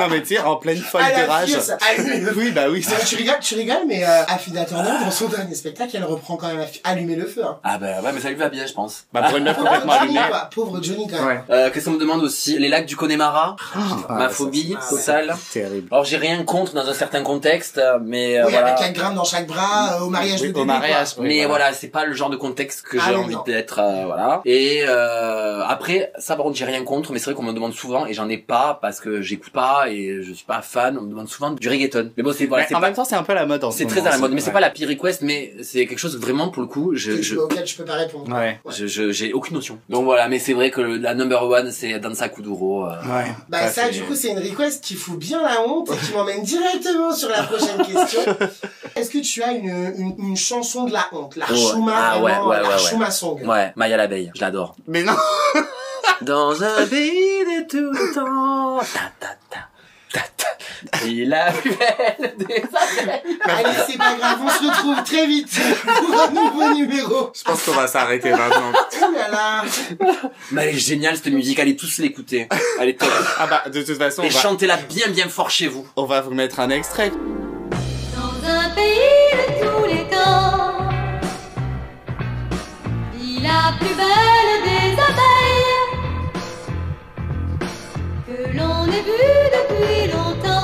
[SPEAKER 2] Non mais tu sais,
[SPEAKER 1] *laughs*
[SPEAKER 2] en pleine folle
[SPEAKER 1] À
[SPEAKER 2] de
[SPEAKER 1] la
[SPEAKER 2] rage.
[SPEAKER 1] fierce. Ah oui.
[SPEAKER 2] Oui, bah oui.
[SPEAKER 1] tu rigoles, tu rigoles, mais euh, Afida Turner, dans son dernier spectacle, elle reprend quand même à allumer le feu. hein.
[SPEAKER 3] Ah bah ouais mais ça lui va bien je pense.
[SPEAKER 2] Bah pour une meuf
[SPEAKER 1] Pauvre
[SPEAKER 2] complètement
[SPEAKER 1] Johnny, *laughs*
[SPEAKER 2] allumée.
[SPEAKER 1] quoi. Pauvre Johnny, quand même.
[SPEAKER 2] Ouais.
[SPEAKER 3] Euh, Qu'est-ce qu'on me demande aussi Les lacs du Connemara.
[SPEAKER 2] Ah,
[SPEAKER 3] ma
[SPEAKER 2] ça,
[SPEAKER 3] phobie
[SPEAKER 1] c'est-
[SPEAKER 3] totale.
[SPEAKER 2] c'est Terrible.
[SPEAKER 3] Alors j'ai rien contre dans un certain contexte, mais euh,
[SPEAKER 1] Oui,
[SPEAKER 3] voilà.
[SPEAKER 1] avec 4 grammes dans chaque bras, euh, au mariage
[SPEAKER 2] Oui,
[SPEAKER 1] de
[SPEAKER 2] au
[SPEAKER 1] Dédé,
[SPEAKER 2] mariage.
[SPEAKER 1] quoi.
[SPEAKER 2] Oui,
[SPEAKER 3] mais
[SPEAKER 2] voilà.
[SPEAKER 3] voilà, c'est pas le genre de contexte que
[SPEAKER 1] Ah
[SPEAKER 3] j'ai
[SPEAKER 1] oui,
[SPEAKER 3] envie
[SPEAKER 1] non.
[SPEAKER 3] d'être, euh, voilà. Et euh, après, ça par contre, j'ai rien contre, mais c'est vrai qu'on me demande souvent et j'en ai pas parce que j'écoute pas et je suis pas fan. On me demande souvent du reggaeton. Mais bon, c'est voilà,
[SPEAKER 2] Mais
[SPEAKER 3] c'est
[SPEAKER 2] en
[SPEAKER 3] pas,
[SPEAKER 2] même temps, c'est un peu la mode en ce
[SPEAKER 3] c'est très
[SPEAKER 2] moment,
[SPEAKER 3] à la mode, mais c'est
[SPEAKER 2] ouais.
[SPEAKER 3] pas la pire request, mais c'est quelque chose vraiment pour le coup, je,
[SPEAKER 1] Que-
[SPEAKER 3] je
[SPEAKER 1] auquel je peux pas répondre.
[SPEAKER 2] Ouais.
[SPEAKER 3] je- je- j'ai aucune notion. Donc voilà, mais c'est vrai que la number one, c'est Dansa Kuduro. euh.
[SPEAKER 2] Ouais.
[SPEAKER 1] Bah
[SPEAKER 2] Ça,
[SPEAKER 1] ça,
[SPEAKER 2] Ah, c'est-
[SPEAKER 1] du coup, c'est une request qui fout bien la honte et qui m'emmène *laughs* directement sur la prochaine
[SPEAKER 2] *laughs*
[SPEAKER 1] question. Est-ce que tu as une, une, une chanson de la honte, la
[SPEAKER 3] Ouais.
[SPEAKER 1] Shuma,
[SPEAKER 3] Ah,
[SPEAKER 1] vraiment,
[SPEAKER 3] ouais, ouais,
[SPEAKER 1] la
[SPEAKER 3] ouais,
[SPEAKER 1] Shuma song
[SPEAKER 3] Ouais, Maya l'abeille, je l'adore.
[SPEAKER 2] Mais non.
[SPEAKER 3] Dans un pays de tout le temps. Ta, ta, ta, ta, ta. Il a plus belle des abeilles.
[SPEAKER 1] Allez, c'est pas grave, on se retrouve très vite pour un nouveau numéro.
[SPEAKER 2] Je pense qu'on va s'arrêter maintenant.
[SPEAKER 1] Oh là là,
[SPEAKER 3] Mais elle est géniale cette musique, allez tous l'écouter. Elle est top.
[SPEAKER 2] Ah bah de toute façon, *laughs* on
[SPEAKER 3] Et
[SPEAKER 2] va,
[SPEAKER 3] chantez-la bien bien fort chez vous.
[SPEAKER 2] on va vous mettre un extrait.
[SPEAKER 5] Dans un pays de tous les temps, il a plus belle des abeilles que l'on ait vu depuis longtemps.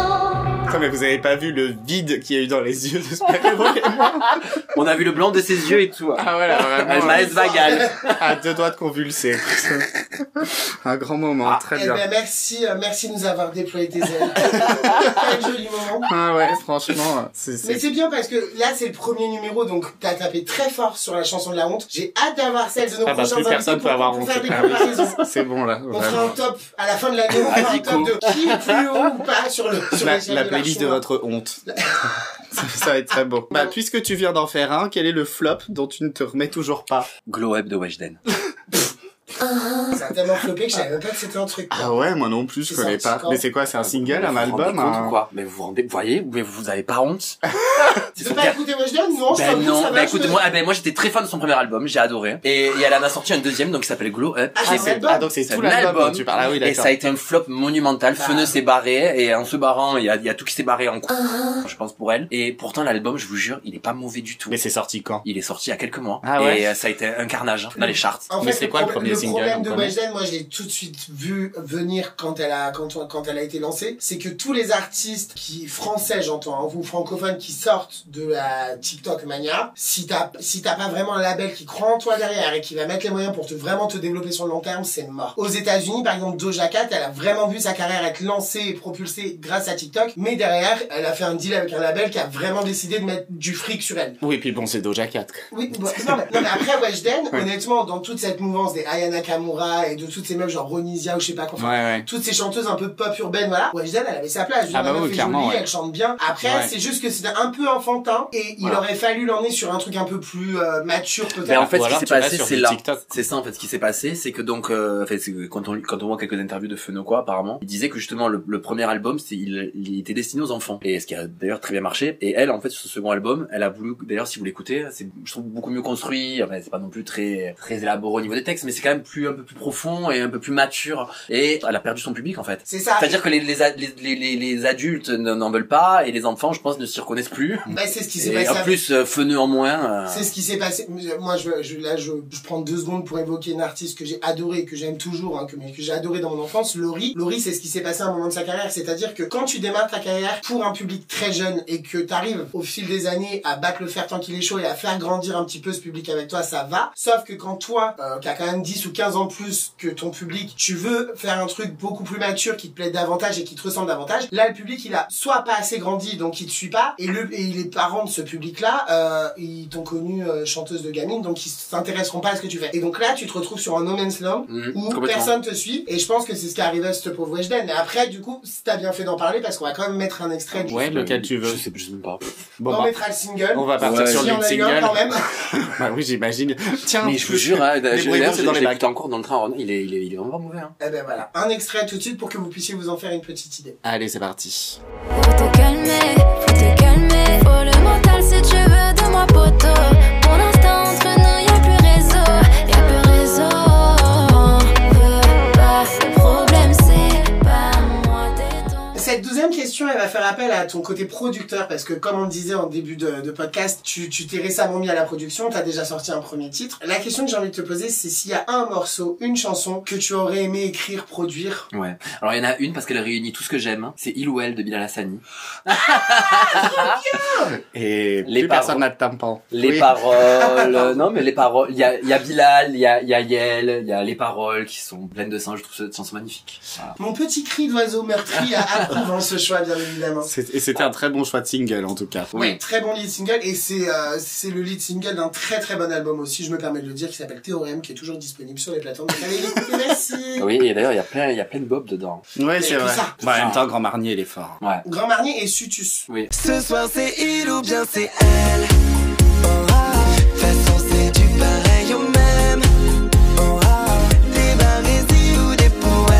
[SPEAKER 2] Putain, mais vous avez pas vu le vide qu'il y a eu dans les yeux de Spider-Man et moi
[SPEAKER 3] On a vu le blanc de ses yeux et tout. hein.
[SPEAKER 2] Ah voilà,
[SPEAKER 3] Elle
[SPEAKER 2] vraiment.
[SPEAKER 3] malaise vagal.
[SPEAKER 2] À deux doigts de convulser. un grand moment, très
[SPEAKER 1] eh
[SPEAKER 2] bien.
[SPEAKER 1] ben, merci, euh, merci de nous avoir déployé tes
[SPEAKER 2] *laughs*
[SPEAKER 1] ailes. Quel joli moment.
[SPEAKER 2] Ah ouais, franchement, c'est...
[SPEAKER 1] Mais
[SPEAKER 2] c'est-
[SPEAKER 1] c'est bien parce que là c'est le premier numéro donc t'as tapé très fort sur la chanson de la honte. J'ai hâte d'avoir celle de nos
[SPEAKER 2] Ah bah,
[SPEAKER 1] prochains
[SPEAKER 2] plus personne
[SPEAKER 1] invités
[SPEAKER 2] peut avoir
[SPEAKER 1] pour
[SPEAKER 2] honte.
[SPEAKER 1] faire des
[SPEAKER 2] Ah oui.
[SPEAKER 1] comparaisons.
[SPEAKER 2] C'est bon là,
[SPEAKER 1] On fera un
[SPEAKER 2] vraiment.
[SPEAKER 1] top à la fin de l'année, on fera un
[SPEAKER 3] Vas-y,
[SPEAKER 1] top
[SPEAKER 3] go.
[SPEAKER 1] de qui est plus haut ou pas sur le sur
[SPEAKER 2] La,
[SPEAKER 1] l'échelle
[SPEAKER 2] la
[SPEAKER 1] de
[SPEAKER 2] playlist de
[SPEAKER 1] l'archon.
[SPEAKER 2] votre honte. ça, ça va être très beau. Bah, puisque tu viens d'en faire un, quel est le flop dont tu ne te remets toujours pas
[SPEAKER 3] Glow up de Weshden.
[SPEAKER 1] Ça a tellement flopé que je savais même pas que c'était un truc.
[SPEAKER 2] Ah ouais, moi non plus, je
[SPEAKER 1] C'est
[SPEAKER 2] connais
[SPEAKER 1] sorti
[SPEAKER 2] pas.
[SPEAKER 1] quand
[SPEAKER 2] Mais c'est quoi, c'est un single,
[SPEAKER 3] Ah, Vous
[SPEAKER 2] un
[SPEAKER 3] vous
[SPEAKER 2] album
[SPEAKER 3] rendez compte
[SPEAKER 2] un-
[SPEAKER 3] ou quoi Mais vous vous rendez, vous voyez, mais vous avez pas
[SPEAKER 2] *laughs*
[SPEAKER 3] honte
[SPEAKER 1] Tu veux pas écouter Weshden Non, je
[SPEAKER 3] Ah, Ben
[SPEAKER 1] t'avoue, ça
[SPEAKER 3] non,
[SPEAKER 1] va,
[SPEAKER 3] ben
[SPEAKER 1] je
[SPEAKER 3] écoute,
[SPEAKER 1] te-
[SPEAKER 3] moi, ah ben moi j'étais très fan de son premier album, j'ai adoré. Et, et elle en a sorti un deuxième, donc qui s'appelle Glow Up.
[SPEAKER 1] Ah,
[SPEAKER 3] qui
[SPEAKER 1] c'est
[SPEAKER 3] est-
[SPEAKER 1] vrai.
[SPEAKER 2] Ah donc c'est
[SPEAKER 3] C'est
[SPEAKER 2] tout
[SPEAKER 3] un
[SPEAKER 2] l'album
[SPEAKER 3] album.
[SPEAKER 2] dont tu parles. Ah oui,
[SPEAKER 3] Et
[SPEAKER 2] d'accord.
[SPEAKER 3] ça a été un flop monumental.
[SPEAKER 1] Bah.
[SPEAKER 3] Feneu s'est barré et en se barrant, il y a, il y a tout qui s'est barré en cours, je pense pour elle. Et pourtant l'album, je vous jure, il est pas mauvais du tout.
[SPEAKER 2] Uh-huh. Mais c'est sorti quand
[SPEAKER 3] Il est sorti il y a quelques mois
[SPEAKER 2] Ah ouais
[SPEAKER 3] et euh, ça a été un carnage hein, dans les charts.
[SPEAKER 1] En
[SPEAKER 2] Mais
[SPEAKER 1] fait,
[SPEAKER 2] c'est quoi le
[SPEAKER 1] pro-
[SPEAKER 2] premier single,
[SPEAKER 1] Le
[SPEAKER 2] on
[SPEAKER 1] problème de
[SPEAKER 2] connaît
[SPEAKER 1] Weshden, moi je l'ai tout de suite vu venir quand elle a quand, on- quand elle a été lancée, c'est que tous les artistes qui français, j'entends, hein, ou francophones qui sortent de la TikTok mania, si t'as si t'as pas vraiment un label qui croit en toi derrière et qui va mettre les moyens pour te vraiment te développer sur le long terme, c'est mort. Aux États-Unis, par exemple, Doja Cat, elle a vraiment vu sa carrière être lancée et propulsée grâce à TikTok, mais derrière, elle a fait un deal avec un label qui a vraiment décidé de mettre du fric sur elle.
[SPEAKER 2] Oui, puis bon, c'est Doja Cat.
[SPEAKER 1] bah, Oui, bon, non, mais, non, mais après Weshden, honnêtement, dans toute cette mouvance des Ayana Nakamura et de toutes ces meufs genre Ronisia ou je sais pas quoi.
[SPEAKER 2] Ouais,
[SPEAKER 1] Enfin,
[SPEAKER 2] ouais.
[SPEAKER 1] Toutes ces chanteuses un peu pop urbaine, voilà. Weshden, elle avait sa place.
[SPEAKER 2] Ah bah
[SPEAKER 1] Elle
[SPEAKER 2] oui,
[SPEAKER 1] fait
[SPEAKER 2] clairement,
[SPEAKER 1] jolie,
[SPEAKER 2] ouais.
[SPEAKER 1] Elle chante bien. Après,
[SPEAKER 2] Ouais.
[SPEAKER 1] c'est juste que c'était un peu enfantin et il
[SPEAKER 3] Voilà.
[SPEAKER 1] aurait fallu l'emmener sur un truc un peu plus euh, mature
[SPEAKER 3] Mais
[SPEAKER 1] peut-être.
[SPEAKER 3] en fait,
[SPEAKER 7] Ou
[SPEAKER 3] ce
[SPEAKER 7] alors,
[SPEAKER 3] qui
[SPEAKER 7] tu
[SPEAKER 3] s'est
[SPEAKER 7] vas
[SPEAKER 3] passé,
[SPEAKER 7] sur
[SPEAKER 3] c'est
[SPEAKER 7] du
[SPEAKER 3] là.
[SPEAKER 7] TikTok.
[SPEAKER 3] C'est ça, en fait, ce qui s'est passé, c'est que donc, euh, en fait, c'est que quand on, quand on voit quelques interviews de Feno, quoi, apparemment, il disait que justement, le, le premier album, c'est, il, il était destiné aux enfants. Et ce qui a d'ailleurs très bien marché. Et elle, en fait, sur ce second album, elle a voulu, d'ailleurs, si vous l'écoutez, c'est, je trouve, beaucoup mieux construit. Enfin, c'est pas non plus très, très élaboré au niveau des textes, mais c'est quand même plus, un peu plus profond et un peu plus mature. Et elle a perdu son public, en fait.
[SPEAKER 1] C'est ça.
[SPEAKER 3] C'est-à-dire que les, les, a- les, les, les- les adultes n- n'en veulent pas et les enfants, je pense, ne s'y reconnaissent plus.
[SPEAKER 1] Bah, c'est ce qui s'est
[SPEAKER 3] Et
[SPEAKER 1] passé.
[SPEAKER 3] en
[SPEAKER 1] avec-
[SPEAKER 3] plus, euh, Feneu en moins. euh,
[SPEAKER 1] C'est ce qui s'est passé. Moi, je, je- là, je, je prends deux secondes pour évoquer une artiste que j'ai adorée, que j'aime toujours, hein, que, mais que j'ai adorée dans mon enfance, Laurie. Laurie, c'est ce qui s'est passé à un moment de sa carrière. C'est-à-dire que quand tu démarres ta carrière pour un public très jeune et que tu arrives au fil des années à battre le fer tant qu'il est chaud et à faire grandir un petit peu ce public avec toi, ça va. Sauf que quand toi, euh, qui as quand même 10 ou 15 ans de plus que ton public, tu veux faire un truc beaucoup plus mature qui te plaît davantage et qui te ressemble davantage, là, le public, il a soit pas assez grandi, donc il te suit pas, et, le, et les parents de ce public-là, euh, ils t'ont connu euh, chanteuse de gamine, donc ils s'intéresseront pas à ce que tu fais. Et donc là, tu te retrouves sur un no man's land
[SPEAKER 3] Mhm,
[SPEAKER 1] où
[SPEAKER 3] complètement.
[SPEAKER 1] personne te suit, et je pense que c'est ce qui est arrivé à ce pauvre Weshden. Et après, du coup, si t'as bien fait d'en parler, parce qu'on va quand même mettre un extrait du...
[SPEAKER 2] Ouais, lequel tu veux.
[SPEAKER 3] Je sais, je sais même pas.
[SPEAKER 2] Bon,
[SPEAKER 1] on
[SPEAKER 2] bah,
[SPEAKER 1] mettra le single. Euh,
[SPEAKER 2] on va partir
[SPEAKER 3] Ouais.
[SPEAKER 2] sur
[SPEAKER 1] si
[SPEAKER 2] le
[SPEAKER 1] on
[SPEAKER 2] lead
[SPEAKER 1] a eu un
[SPEAKER 2] single.
[SPEAKER 1] quand
[SPEAKER 2] *laughs*
[SPEAKER 1] même.
[SPEAKER 2] Bah oui, j'imagine. Tiens,
[SPEAKER 3] Mais je vous jure, hein,
[SPEAKER 2] Les
[SPEAKER 3] je-
[SPEAKER 2] bruits
[SPEAKER 3] d'ailleurs,
[SPEAKER 2] blancs,
[SPEAKER 3] je
[SPEAKER 2] c'est dans les
[SPEAKER 3] l'écoute encore dans hein. le train. Il est, il est, il est vraiment pas mauvais. Hein.
[SPEAKER 1] Eh ben voilà, un extrait tout de suite pour que vous puissiez vous en faire une petite idée.
[SPEAKER 2] Allez, c'est parti.
[SPEAKER 4] Faut te calmer, faut te calmer. Faut le mental si tu veux de moi, poteau. Pour l'instant, entre nous, y'a plus réseau. Y'a plus réseau. On veut pas de problème, c'est pas à moi, détends.
[SPEAKER 1] Cette deuxième question, elle va faire appel à ton côté producteur parce que comme on le disait en début de, de podcast, tu tu t'es récemment mis à la production, t'as déjà sorti un premier titre. La question que j'ai envie de te poser, c'est s'il y a un morceau, une chanson que tu aurais aimé écrire, produire.
[SPEAKER 3] Ouais. Alors il y en a une parce qu'elle réunit tout ce que j'aime. hein. C'est Il ou Elle de Bilal Hassani.
[SPEAKER 2] Et
[SPEAKER 3] Les
[SPEAKER 2] plus
[SPEAKER 3] paroles.
[SPEAKER 2] personne n'a de tympan.
[SPEAKER 3] Les
[SPEAKER 2] Oui.
[SPEAKER 3] paroles. euh, *laughs* non mais les paroles. Il y a, il y a Bilal, il y a, il y a Yael, il y a les paroles qui sont pleines de sens. Je trouve cette chanson magnifique. Voilà.
[SPEAKER 1] Mon petit cri d'oiseau meurtri a approuvant ce choix, bien évidemment.
[SPEAKER 2] C'est- Et c'était un très bon choix de single, en tout cas.
[SPEAKER 3] Oui.
[SPEAKER 1] Très bon lead single et c'est euh, c'est le lead single d'un très très bon album aussi, je me permets de le dire, qui s'appelle Théorème, qui est toujours disponible sur les plateformes. Donc, allez l'écouter, merci.
[SPEAKER 3] Ah Oui. Et d'ailleurs, il y a plein, il y a plein de bob dedans.
[SPEAKER 2] Ouais,
[SPEAKER 1] Et
[SPEAKER 2] c'est vrai.
[SPEAKER 1] puis ça.
[SPEAKER 2] Bah, en même temps, Grand Marnier, il est fort.
[SPEAKER 3] Ouais.
[SPEAKER 1] Grand Marnier et Sutus.
[SPEAKER 3] Oui.
[SPEAKER 8] Ce soir c'est il ou bien c'est elle. Oh, ah. Façon c'est du pareil au même. Oh, ah. Des barésies ou des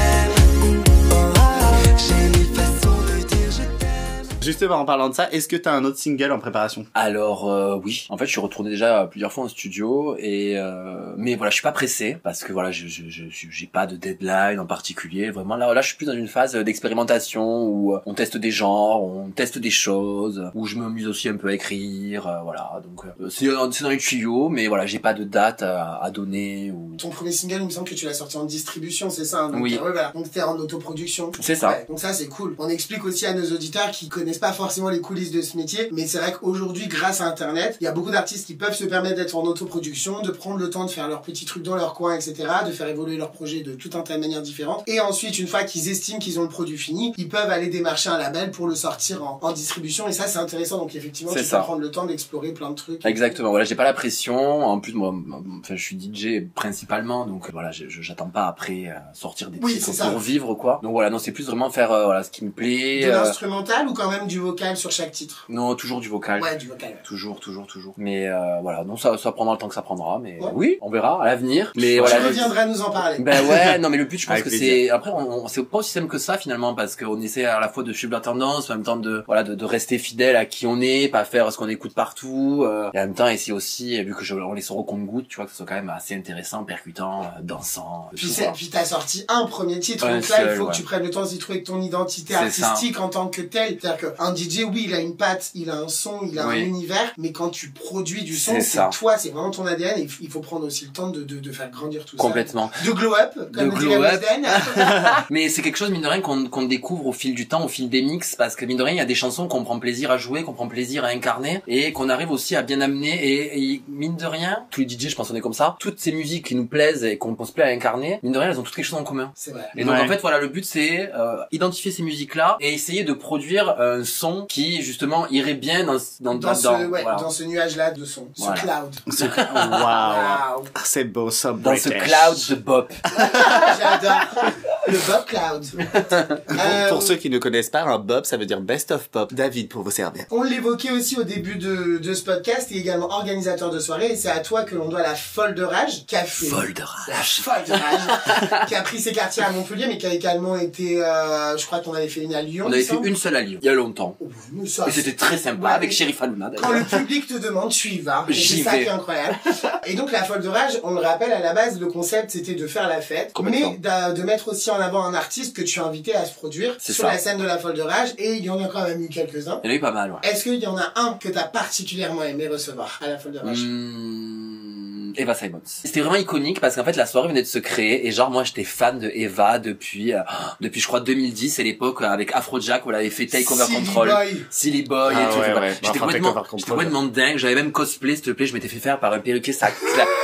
[SPEAKER 8] poèmes. Oh, ah. J'ai mille façons de dire je t'aime.
[SPEAKER 2] Justement, en parlant de ça, est-ce que t'as un autre single en préparation
[SPEAKER 3] Alors euh, oui, en fait, je suis retourné déjà plusieurs fois en studio et euh, mais voilà, je suis pas pressé parce que voilà, je je je- je- j'ai pas de deadline en particulier. Vraiment là, là, je suis plus dans une phase d'expérimentation où euh, on teste des genres, on teste des choses, où je m'amuse aussi un peu à écrire, euh, voilà. Donc euh, c'est dans- c'est dans les tuyaux, mais voilà, j'ai pas de date à, à donner ou
[SPEAKER 1] Ton premier single, il me semble que tu l'as sorti en distribution, c'est ça hein donc,
[SPEAKER 3] Oui.
[SPEAKER 1] euh, ouais, voilà. Donc t'es en autoproduction.
[SPEAKER 3] C'est ça.
[SPEAKER 1] Ouais, donc ça c'est cool. On explique aussi à nos auditeurs qui connaissent pas forcément les coulisses de ce métier, mais c'est vrai qu'aujourd'hui, grâce à Internet, il y a beaucoup d'artistes qui peuvent se permettre d'être en autoproduction, de prendre le temps de faire leurs petits trucs dans leur coin, etc., de faire évoluer leur projet de tout un tas de manières différentes. Et ensuite, une fois qu'ils estiment qu'ils ont le produit fini, ils peuvent aller démarcher un label pour le sortir en, en distribution. Et ça c'est intéressant. Donc effectivement, tu
[SPEAKER 3] C'est
[SPEAKER 1] peux
[SPEAKER 3] ça.
[SPEAKER 1] prendre le temps d'explorer plein de trucs.
[SPEAKER 3] Exactement, voilà, j'ai pas la pression. En plus, moi, m- enfin, je suis DJ principalement, donc euh, voilà, je- je- j'attends pas après euh, sortir des
[SPEAKER 1] Oui,
[SPEAKER 3] titres
[SPEAKER 1] c'est ça.
[SPEAKER 3] pour vivre, quoi. Donc voilà, non, c'est plus vraiment faire euh, voilà ce qui me plaît.
[SPEAKER 1] De
[SPEAKER 3] euh,
[SPEAKER 1] l'instrumental ou quand même du vocal sur chaque titre.
[SPEAKER 3] Non, toujours du vocal.
[SPEAKER 1] Ouais, du vocal.
[SPEAKER 3] Toujours, toujours, toujours. Mais euh, voilà, non, ça, ça prendra le temps que ça prendra, mais
[SPEAKER 1] Ouais.
[SPEAKER 3] oui, on verra à l'avenir. Mais
[SPEAKER 1] Tu
[SPEAKER 3] voilà. le-
[SPEAKER 1] reviendras nous en parler.
[SPEAKER 3] Ben ouais, non, mais le but, je pense
[SPEAKER 2] Avec
[SPEAKER 3] que
[SPEAKER 2] plaisir.
[SPEAKER 3] c'est après, on, on- c'est pas aussi simple que ça finalement, parce qu'on essaie à la fois de suivre la tendance, en même temps de voilà de, de rester fidèle à qui on est, pas faire ce qu'on écoute partout, euh, et en même temps essayer aussi, vu que je, on les sort au compte-goutte, tu vois, que ce soit quand même assez intéressant, percutant, euh, dansant.
[SPEAKER 1] Puis
[SPEAKER 3] tout,
[SPEAKER 1] c'est-
[SPEAKER 3] quoi.
[SPEAKER 1] puis t'as sorti un premier titre,
[SPEAKER 3] Un
[SPEAKER 1] donc là il
[SPEAKER 3] seul,
[SPEAKER 1] faut que
[SPEAKER 3] ouais.
[SPEAKER 1] tu prennes le temps d'y trouver ton identité
[SPEAKER 3] C'est ça.
[SPEAKER 1] artistique en tant que tel. C'est-à-dire qu'un DJ, oui, il a une patte, il a un son, il a
[SPEAKER 3] Oui.
[SPEAKER 1] un univers, mais quand tu produis du son,
[SPEAKER 3] C'est
[SPEAKER 1] c'est
[SPEAKER 3] ça.
[SPEAKER 1] toi, c'est vraiment ton ADN, et il f- il faut prendre aussi le temps de, de, de faire grandir tout
[SPEAKER 3] Complètement.
[SPEAKER 1] ça. De glow up, comme
[SPEAKER 3] De
[SPEAKER 1] le dit la
[SPEAKER 3] glow up.
[SPEAKER 1] Wesden.
[SPEAKER 3] *laughs* Mais c'est quelque chose, mine de rien, qu'on qu'on découvre au fil du temps, au fil des mix, parce que mine de rien, il y a des chansons qu'on prend plaisir à jouer, qu'on prend plaisir à incarner, et qu'on arrive aussi à bien amener, et, et mine de rien, tous les DJ, je pense, on est comme ça, toutes ces musiques qui nous plaisent et qu'on se plaît à incarner, mine de rien, elles ont toutes quelque chose en commun.
[SPEAKER 1] C'est vrai.
[SPEAKER 3] Et donc
[SPEAKER 2] Ouais.
[SPEAKER 3] en fait voilà le but c'est euh, identifier ces musiques là et essayer de produire un son qui justement irait bien dans dans
[SPEAKER 1] Dans ce,
[SPEAKER 3] dans-
[SPEAKER 1] ouais,
[SPEAKER 3] voilà.
[SPEAKER 1] dans ce nuage-là de son, ce
[SPEAKER 3] Voilà. Ah
[SPEAKER 1] cloud.
[SPEAKER 2] Waouh.
[SPEAKER 1] Waouh.
[SPEAKER 2] Ah, C'est beau, ça.
[SPEAKER 3] Dans ce cloud de bop.
[SPEAKER 1] Ah, J'adore. Le Bob Cloud.
[SPEAKER 3] *laughs*
[SPEAKER 1] Euh,
[SPEAKER 2] Pour ceux qui ne connaissent pas, un bop, ça veut dire best of pop. David, pour vous servir.
[SPEAKER 1] On l'évoquait aussi au début de, de ce podcast, et également organisateur de soirée, et c'est à toi que l'on doit la folle de rage, qui a fait...
[SPEAKER 3] Folle de rage.
[SPEAKER 1] La folle de rage, *laughs* qui a pris ses quartiers à Montpellier, mais qui a également été, euh, je crois qu'on avait fait une à Lyon.
[SPEAKER 3] On avait
[SPEAKER 1] il
[SPEAKER 3] fait
[SPEAKER 1] semble.
[SPEAKER 3] une seule à Lyon il y a longtemps
[SPEAKER 1] Oh, mais ça,
[SPEAKER 3] et c'était très sympa
[SPEAKER 1] Ouais.
[SPEAKER 3] avec Sheriff Hanouna
[SPEAKER 1] Quand
[SPEAKER 3] d'ailleurs.
[SPEAKER 1] le public te demande, tu y vas. Et
[SPEAKER 3] J'y
[SPEAKER 1] C'est ça
[SPEAKER 3] vais.
[SPEAKER 1] qui est incroyable. Et donc, la folle de rage, on le rappelle, à la base, le concept, c'était de faire la fête,
[SPEAKER 3] Complètement.
[SPEAKER 1] mais d'a- de mettre aussi en avant un artiste que tu as invité à se produire
[SPEAKER 3] C'est
[SPEAKER 1] sur
[SPEAKER 3] ça.
[SPEAKER 1] la scène de la folle de rage, et il y en a quand même eu quelques-uns.
[SPEAKER 3] Il y en a eu pas mal. Ouais.
[SPEAKER 1] Est-ce qu'il y en a un que t'as particulièrement aimé recevoir à la folle de rage
[SPEAKER 3] Hmm,
[SPEAKER 2] Hmm,
[SPEAKER 3] Mmh, Eva Simons. C'était vraiment iconique parce qu'en fait la soirée venait de se créer et genre moi j'étais fan de Eva depuis euh, depuis je crois 2010 c'est l'époque euh, avec Afrojack où elle avait fait Takeover
[SPEAKER 1] Silly
[SPEAKER 3] Control.
[SPEAKER 1] Boy.
[SPEAKER 3] Silly Boy
[SPEAKER 2] Ah
[SPEAKER 3] et tout.
[SPEAKER 2] ouais,
[SPEAKER 3] voilà.
[SPEAKER 2] ouais. Bah,
[SPEAKER 3] J'étais
[SPEAKER 2] enfin,
[SPEAKER 3] complètement,
[SPEAKER 2] Takeover
[SPEAKER 3] j'étais
[SPEAKER 2] Control.
[SPEAKER 3] complètement dingue. J'avais même cosplay, s'il te plaît. Je m'étais fait faire par un perruquier sa, *laughs* sa,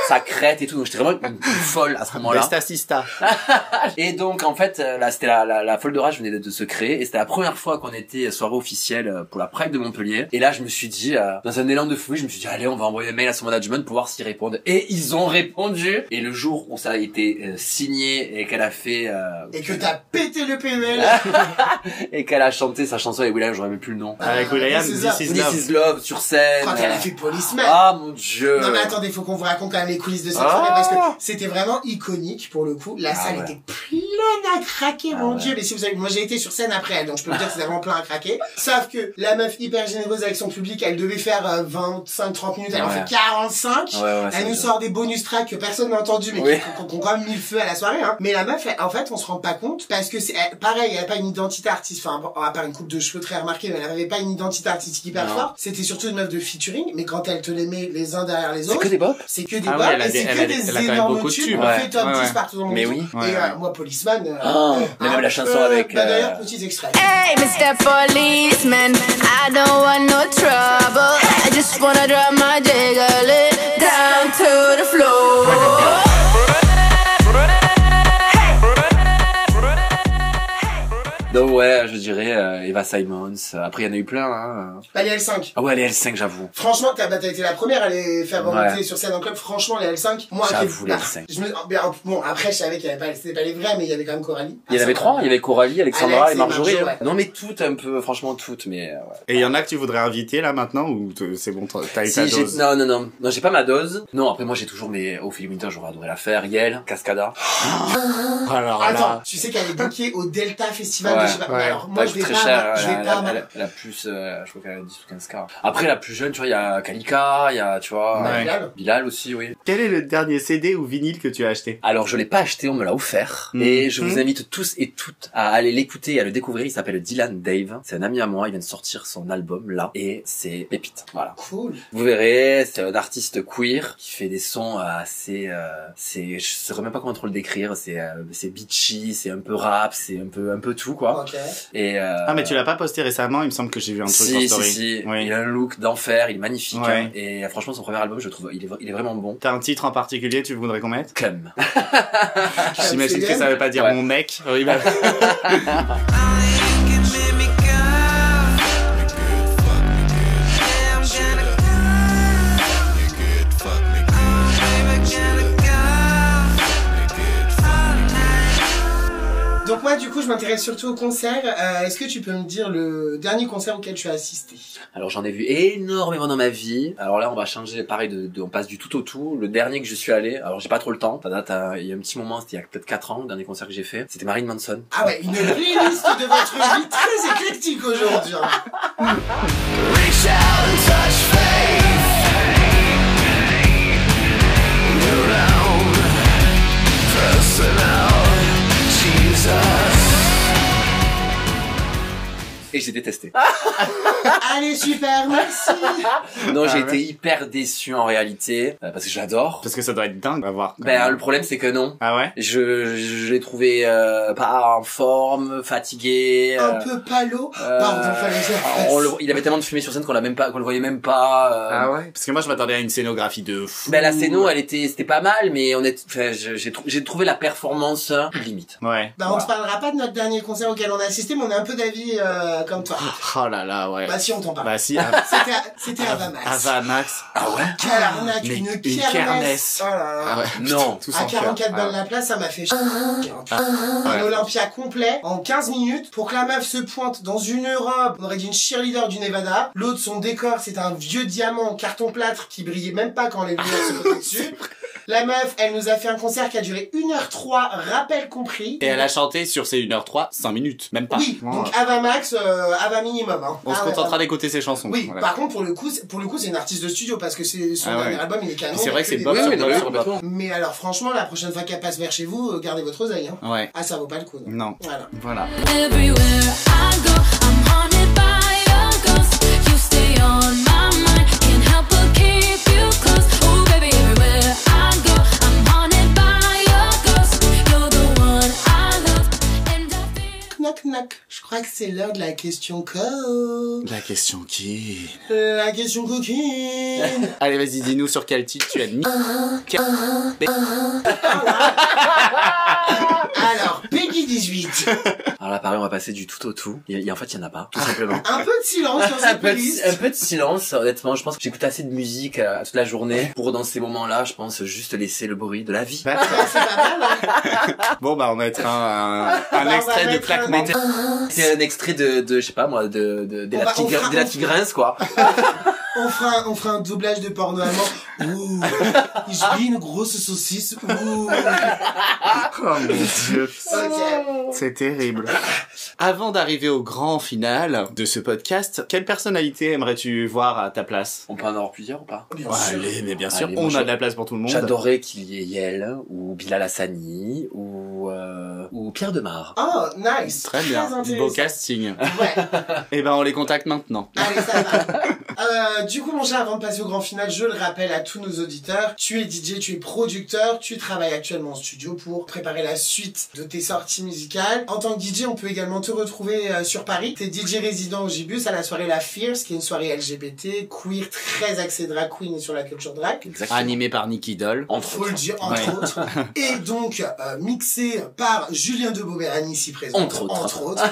[SPEAKER 3] sa crête et tout. Donc j'étais vraiment une- une folle à ce moment-là.
[SPEAKER 2] Besta Sista.
[SPEAKER 3] Et donc en fait, euh, là c'était la, la, la folle de rage venait de, de se créer et c'était la première fois qu'on était soirée officielle euh, pour la Pride de Montpellier. Et là je me suis dit, euh, dans un élan de folie, je me suis dit allez on va envoyer un mail à son management pour voir s'ils répondent. Et ils ont répondu. Et le jour où ça a été euh, signé et qu'elle a fait euh,
[SPEAKER 1] Et que t'as pété le E PEL
[SPEAKER 3] Ah, et qu'elle a chanté sa chanson avec William, j'aurais même plus le nom.
[SPEAKER 2] Avec
[SPEAKER 1] Ah,
[SPEAKER 2] William,
[SPEAKER 1] c'est ça.
[SPEAKER 2] This is
[SPEAKER 3] This
[SPEAKER 2] Love.
[SPEAKER 3] is Love sur scène.
[SPEAKER 1] quand elle a fait Policeman
[SPEAKER 3] Ah mon dieu.
[SPEAKER 1] Non mais attendez, faut qu'on vous raconte quand même les coulisses de cette
[SPEAKER 3] Ah.
[SPEAKER 1] soirée parce que c'était vraiment iconique pour le coup. La
[SPEAKER 3] Ah
[SPEAKER 1] salle
[SPEAKER 3] ouais. Ah,
[SPEAKER 1] était pleine à craquer, mon dieu. Mais si vous avez, moi j'ai été sur scène après, elle, donc je peux vous dire que c'était vraiment plein à craquer. Sauf que la meuf hyper généreuse avec son public, elle devait faire euh, 25-30 minutes, elle en
[SPEAKER 3] Ouais.
[SPEAKER 1] fait 45.
[SPEAKER 3] Ouais, ouais, Ah, c'est
[SPEAKER 1] Elle nous
[SPEAKER 3] bien.
[SPEAKER 1] sort des bonus tracks que personne n'a entendu, mais qui
[SPEAKER 3] Oui.
[SPEAKER 1] qui- qui ont quand même mis le feu à la soirée. Hein. Mais la meuf, elle- en fait, on se rend pas compte parce que c'est elle- pareil, elle a pas une identité artistique. Enfin, bon, à part une coupe de cheveux très remarquée, mais elle avait pas une identité artistique hyper
[SPEAKER 3] Non.
[SPEAKER 1] forte. C'était surtout une meuf de featuring, mais quand elle te les met les uns derrière les
[SPEAKER 3] C'est
[SPEAKER 1] autres,
[SPEAKER 3] que des bops.
[SPEAKER 1] c'est que des
[SPEAKER 2] Ah oui,
[SPEAKER 1] bops
[SPEAKER 2] elle a
[SPEAKER 1] et
[SPEAKER 2] des-
[SPEAKER 1] c'est
[SPEAKER 2] elle
[SPEAKER 1] que
[SPEAKER 2] a
[SPEAKER 1] des
[SPEAKER 2] des- elle a quand même
[SPEAKER 1] énormes
[SPEAKER 2] beaucoup de
[SPEAKER 1] tubes.
[SPEAKER 2] tubes.
[SPEAKER 1] On fait
[SPEAKER 3] Ouais,
[SPEAKER 1] top
[SPEAKER 2] ouais,
[SPEAKER 1] 10
[SPEAKER 2] ouais.
[SPEAKER 1] partout dans le
[SPEAKER 3] Mais
[SPEAKER 1] monde.
[SPEAKER 3] oui.
[SPEAKER 2] Ouais,
[SPEAKER 1] et euh,
[SPEAKER 2] ouais.
[SPEAKER 1] moi, Policeman. euh,
[SPEAKER 3] Ah, mais même la chanson avec,
[SPEAKER 1] Bah,
[SPEAKER 3] euh,
[SPEAKER 1] D'ailleurs, petits extraits.
[SPEAKER 7] Hey, Mr. Policeman, I don't want no trouble. I just wanna drop my jiggle down to the floor.
[SPEAKER 3] Donc ouais, je dirais euh, Eva Simons. Après il y en a eu plein. Hein.
[SPEAKER 1] Bah, il y a L5.
[SPEAKER 3] Ah ouais, les L5 j'avoue.
[SPEAKER 1] Franchement, t'as bah, t'as été la première à les faire
[SPEAKER 3] Ouais.
[SPEAKER 1] remonter sur scène en club. Franchement, les L5, moi,
[SPEAKER 3] J'avoue,
[SPEAKER 1] qui-
[SPEAKER 3] les L5.
[SPEAKER 1] Je me... ben, bon, après, je savais qu'il y avait pas, c'était pas les vrais, mais il y avait quand même Coralie.
[SPEAKER 3] Il y en avait trois, il y avait Coralie, Alexandra
[SPEAKER 1] Alex
[SPEAKER 3] et Marjorie.
[SPEAKER 1] et Marjo,
[SPEAKER 3] hein.
[SPEAKER 1] ouais.
[SPEAKER 3] Non mais toutes un peu, franchement toutes, mais euh, ouais.
[SPEAKER 2] Et il y en a que tu voudrais inviter là maintenant ou te- c'est bon, t'as t'as eu ta
[SPEAKER 3] Si, j'ai-
[SPEAKER 2] dose
[SPEAKER 3] non non non, non j'ai pas ma dose. Non après moi j'ai toujours mes Ophélie Winter, j'aurais adoré la faire. Yel, Cascada.
[SPEAKER 2] Alors
[SPEAKER 1] Attends,
[SPEAKER 2] là,
[SPEAKER 1] tu sais qu'elle est bookée au Delta Festival
[SPEAKER 3] Oh Ouais,
[SPEAKER 1] de je sais pas.
[SPEAKER 2] ouais.
[SPEAKER 1] mais Alors, moi,
[SPEAKER 3] Pas
[SPEAKER 1] je
[SPEAKER 3] du
[SPEAKER 1] vais
[SPEAKER 3] tout
[SPEAKER 1] pas,
[SPEAKER 3] très cher.
[SPEAKER 1] je
[SPEAKER 3] la,
[SPEAKER 1] vais
[SPEAKER 3] la,
[SPEAKER 1] pas.
[SPEAKER 3] la- la- la plus, euh, je crois qu'elle a 10 ou 15 k. Après la plus jeune, tu vois, il y a Kalika, il y a, tu vois,
[SPEAKER 2] Ouais.
[SPEAKER 1] Bilal.
[SPEAKER 3] Bilal aussi, oui.
[SPEAKER 2] quel est le dernier CD ou vinyle que tu as acheté
[SPEAKER 3] Alors je l'ai pas acheté, on me l'a offert
[SPEAKER 2] Mhm.
[SPEAKER 3] et je vous invite tous et toutes à aller l'écouter et à le découvrir. Il s'appelle Dylan Dave, c'est un ami à moi. Il vient de sortir son album là et c'est pépite. Voilà,
[SPEAKER 1] Cool.
[SPEAKER 3] vous verrez, c'est un artiste queer qui fait des sons assez, euh, c'est, je saurais même pas comment trop le décrire. C'est, euh, c'est beachy, c'est un peu rap, c'est un peu, un peu tout quoi.
[SPEAKER 1] Ok.
[SPEAKER 3] Et euh,
[SPEAKER 2] Ah mais tu l'as pas posté récemment, il me semble que j'ai vu un truc en
[SPEAKER 3] si, si,
[SPEAKER 2] story.
[SPEAKER 3] si.
[SPEAKER 2] Oui.
[SPEAKER 3] Il a un look d'enfer, il est magnifique.
[SPEAKER 2] Ouais.
[SPEAKER 3] hein. Et euh, franchement, son premier album, je trouve, il est, il est vraiment bon.
[SPEAKER 2] T'as un titre en particulier que tu voudrais qu'on mette
[SPEAKER 3] Cum.
[SPEAKER 2] J'imagine que ça veut pas dire
[SPEAKER 3] Ah, Ouais.
[SPEAKER 2] mon mec. *laughs* Oui, bah,
[SPEAKER 1] Donc moi du coup je m'intéresse surtout au concert. Euh, Est-ce que tu peux me dire le dernier concert auquel tu as assisté
[SPEAKER 3] Alors j'en ai vu énormément dans ma vie. Alors là on va changer pareil de, de- on passe du tout au tout. Le dernier que je suis allé, alors j'ai pas trop le temps, ça date à- il y a un petit moment, c'était il y a peut-être 4 ans, le dernier concert que j'ai fait, c'était Marine Manson.
[SPEAKER 1] Ah ouais, une playlist de votre vie très éclectique aujourd'hui. hein.
[SPEAKER 3] Et j'ai détesté.
[SPEAKER 1] Allez super, merci.
[SPEAKER 3] non, j'ai
[SPEAKER 2] ouais.
[SPEAKER 3] été hyper déçu en réalité euh, parce que j'adore.
[SPEAKER 2] parce que ça doit être dingue à voir. quand
[SPEAKER 3] Ben
[SPEAKER 2] même.
[SPEAKER 3] le problème c'est que non.
[SPEAKER 2] Ah ouais
[SPEAKER 3] Je, je, je l'ai trouvé euh, pas en forme, fatigué.
[SPEAKER 1] Un
[SPEAKER 3] euh,
[SPEAKER 1] peu palo.
[SPEAKER 3] euh,
[SPEAKER 1] Pardon, fallait que je le
[SPEAKER 2] ah,
[SPEAKER 1] fasse.
[SPEAKER 3] on le- il avait tellement de fumée sur scène qu'on l'a même pas, qu'on le voyait même pas. euh,
[SPEAKER 2] Ah ouais Parce que moi je m'attendais à une scénographie de fou.
[SPEAKER 3] Ben la scéno, elle était, c'était pas mal, mais on est, enfin, je- j'ai, trou- j'ai trouvé la performance limite.
[SPEAKER 2] Ouais.
[SPEAKER 1] Bah, on ne parlera pas de notre dernier concert auquel on a assisté, mais on a un peu d'avis euh, euh, comme toi.
[SPEAKER 2] Oh là là, ouais.
[SPEAKER 1] Bah si on t'en parle.
[SPEAKER 2] Bah si, Ava-
[SPEAKER 1] C'était à- C'était à Vamax.
[SPEAKER 2] Ava Max.
[SPEAKER 3] Ah ouais
[SPEAKER 1] Quelle arnaque,
[SPEAKER 2] Mais
[SPEAKER 1] une
[SPEAKER 2] une
[SPEAKER 1] kermesse.
[SPEAKER 2] kermesse.
[SPEAKER 1] Oh là là.
[SPEAKER 2] Ah ouais.
[SPEAKER 3] Non.
[SPEAKER 2] Tout
[SPEAKER 1] À
[SPEAKER 2] sans
[SPEAKER 1] 44
[SPEAKER 2] cœur. Ah.
[SPEAKER 1] balles la place, ça m'a fait chier. Un
[SPEAKER 2] Ouais.
[SPEAKER 1] Olympia complet en 15 minutes pour que la meuf se pointe dans une robe. On aurait dit une cheerleader du Nevada. L'autre, son décor, c'est un vieux diamant en carton plâtre qui brillait même pas quand les lumières
[SPEAKER 2] *laughs*
[SPEAKER 1] se posaient dessus. La meuf, elle nous a fait un concert qui a duré 1h03, rappel compris.
[SPEAKER 9] Et elle a chanté sur ses 1h03, 5 minutes, même pas.
[SPEAKER 1] Oui,
[SPEAKER 2] Ah
[SPEAKER 1] donc Ava Max, euh, Ava minimum. hein.
[SPEAKER 2] On se
[SPEAKER 1] Ah ouais,
[SPEAKER 2] contentera d'écouter ses chansons.
[SPEAKER 1] Oui,
[SPEAKER 2] Voilà.
[SPEAKER 1] par contre, pour le coup, c'est- pour le coup, c'est une artiste de studio parce que c'est son
[SPEAKER 2] Ah ouais.
[SPEAKER 1] dernier album, il est canon.
[SPEAKER 2] Puis c'est
[SPEAKER 1] il y a
[SPEAKER 2] vrai que c'est
[SPEAKER 1] des
[SPEAKER 2] Bob
[SPEAKER 1] bonnes
[SPEAKER 2] sur
[SPEAKER 3] oui, non,
[SPEAKER 2] Bob
[SPEAKER 3] mais
[SPEAKER 2] sur
[SPEAKER 3] complètement.
[SPEAKER 2] Bob.
[SPEAKER 1] Mais alors, franchement, la prochaine fois qu'elle passe vers chez vous, euh, gardez votre oseille. Hein.
[SPEAKER 2] Ouais.
[SPEAKER 1] Ah, ça vaut pas le coup. non.
[SPEAKER 2] Non.
[SPEAKER 1] Voilà.
[SPEAKER 2] Voilà.
[SPEAKER 4] Everywhere I go, I'm haunted by your ghost. You stay on my mind, can't help but keep you close. Oh baby, everywhere I go, I'm haunted by your ghost. You're the one I love, and I feel.
[SPEAKER 1] Knock, knock. Je crois que c'est l'heure de la question co. Euh,
[SPEAKER 2] La question qui
[SPEAKER 1] La question coquine.
[SPEAKER 2] *laughs* Allez, vas-y, dis-nous sur quel titre tu as *laughs* mis.
[SPEAKER 1] Alors, Peggy 18.
[SPEAKER 3] Alors là, pareil, on va passer du tout au tout. Il y a- en fait, il y en a pas, tout simplement.
[SPEAKER 1] Un peu de silence sur
[SPEAKER 3] Ah, un
[SPEAKER 1] cette
[SPEAKER 3] peu, de,
[SPEAKER 1] playlist.
[SPEAKER 3] un peu de silence, honnêtement. Je pense que j'écoute assez de musique euh, toute la journée pour, dans ces moments-là, je pense juste laisser le bruit de la vie.
[SPEAKER 2] Bah,
[SPEAKER 1] Ouais, c'est pas mal, hein.
[SPEAKER 2] Bon, bah, on mettra un, un,
[SPEAKER 1] on va
[SPEAKER 2] extrait de
[SPEAKER 1] mettre un-
[SPEAKER 2] claquement.
[SPEAKER 3] C'est un extrait de, de je sais pas moi, de, de,
[SPEAKER 1] Ah,
[SPEAKER 3] de
[SPEAKER 1] On
[SPEAKER 3] la
[SPEAKER 1] va-
[SPEAKER 3] petite
[SPEAKER 1] on fera-
[SPEAKER 3] gr- de la petite grince, quoi.
[SPEAKER 1] On fera, un- on fera un doublage de porno allemand.
[SPEAKER 2] *laughs*
[SPEAKER 1] Ouh. Je dis une grosse saucisse. Ouh.
[SPEAKER 2] Oh mon *laughs* dieu.
[SPEAKER 1] Ok.
[SPEAKER 2] C'est terrible. Avant d'arriver au grand final de ce podcast, quelle personnalité aimerais-tu voir à ta place
[SPEAKER 3] On peut en avoir plusieurs ou pas
[SPEAKER 1] Bien
[SPEAKER 2] Ouais,
[SPEAKER 1] sûr.
[SPEAKER 2] Allez, mais bien sûr,
[SPEAKER 3] Allez,
[SPEAKER 2] on
[SPEAKER 3] moi,
[SPEAKER 2] a
[SPEAKER 3] je-
[SPEAKER 2] de la place pour tout le monde.
[SPEAKER 3] J'adorais qu'il y ait Yel ou Bilal Hassani ou euh, ou Pierre Demar.
[SPEAKER 1] Oh, nice.
[SPEAKER 2] Très bien,
[SPEAKER 1] intéressant.
[SPEAKER 2] beau casting.
[SPEAKER 1] Ouais.
[SPEAKER 2] Eh ben, on les contacte maintenant.
[SPEAKER 1] Allez, ça va. Euh, du coup, mon cher, avant de passer au grand final, je le rappelle à tous nos auditeurs, tu es DJ, tu es producteur, tu travailles actuellement en studio pour préparer la suite de tes sorties musicales. En tant que DJ, on peut également te retrouver euh, sur Paris. T'es DJ résident au Gibus à la soirée La Fierce, qui est une soirée LGBT, queer, très axée drag queen et sur la culture drag.
[SPEAKER 3] Exactement.
[SPEAKER 9] Animé par Nicky Doll.
[SPEAKER 3] Entre
[SPEAKER 1] Faut le
[SPEAKER 3] autres.
[SPEAKER 1] dire, entre
[SPEAKER 9] Ouais.
[SPEAKER 1] autres. *laughs* Et donc, euh, mixé par Julien de Beaubéran, ici présent.
[SPEAKER 3] Entre autres.
[SPEAKER 1] *laughs* autres.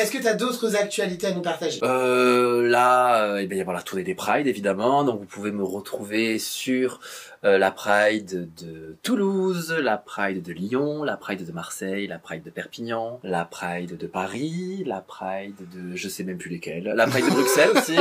[SPEAKER 1] Est-ce que t'as d'autres actualités à nous partager
[SPEAKER 3] Euh, là, euh, eh ben, il va y avoir la tournée des Prides, évidemment. Donc, vous pouvez me retrouver sur euh, la Pride de Toulouse, la Pride de Lyon, la Pride de Marseille, la Pride de Perpignan, la Pride de Paris, la Pride de... Je sais même plus lesquelles. La Pride de Bruxelles *laughs* aussi.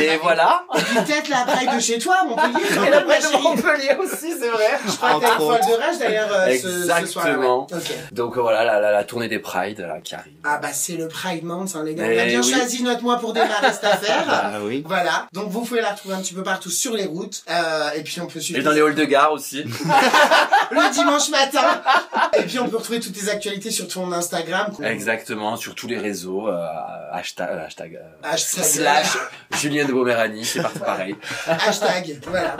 [SPEAKER 3] Et voilà.
[SPEAKER 1] Peut-être la braille de chez toi, *laughs* Montpellier.
[SPEAKER 3] Et la Pride
[SPEAKER 1] ma chérie.
[SPEAKER 3] de Montpellier aussi, c'est vrai.
[SPEAKER 1] Je crois que t'as
[SPEAKER 2] Entre
[SPEAKER 1] une folle de rage d'ailleurs euh, ce, ce soir.
[SPEAKER 3] Exactement.
[SPEAKER 1] Ok.
[SPEAKER 3] Donc euh, voilà, la, la, la tournée des Prides là, qui arrive.
[SPEAKER 1] Ah bah c'est le Pride Month, hein, les gars. On
[SPEAKER 3] Eh
[SPEAKER 1] a bien
[SPEAKER 3] oui.
[SPEAKER 1] choisi notre mois pour démarrer cette *laughs* affaire.
[SPEAKER 2] Ah oui.
[SPEAKER 1] Voilà, donc vous pouvez la retrouver un petit peu partout sur les routes. Euh, et puis on peut suivre
[SPEAKER 3] Et dans les halls de gare aussi.
[SPEAKER 1] le dimanche *laughs* matin. et puis on peut retrouver toutes tes actualités sur ton Instagram.
[SPEAKER 3] Exactement, sur tous les réseaux. euh, hashtag... euh, hashtag euh,
[SPEAKER 1] Hashtag.
[SPEAKER 3] Slash Julien de Bomérani, c'est *laughs* partout pareil.
[SPEAKER 1] Hashtag. Voilà.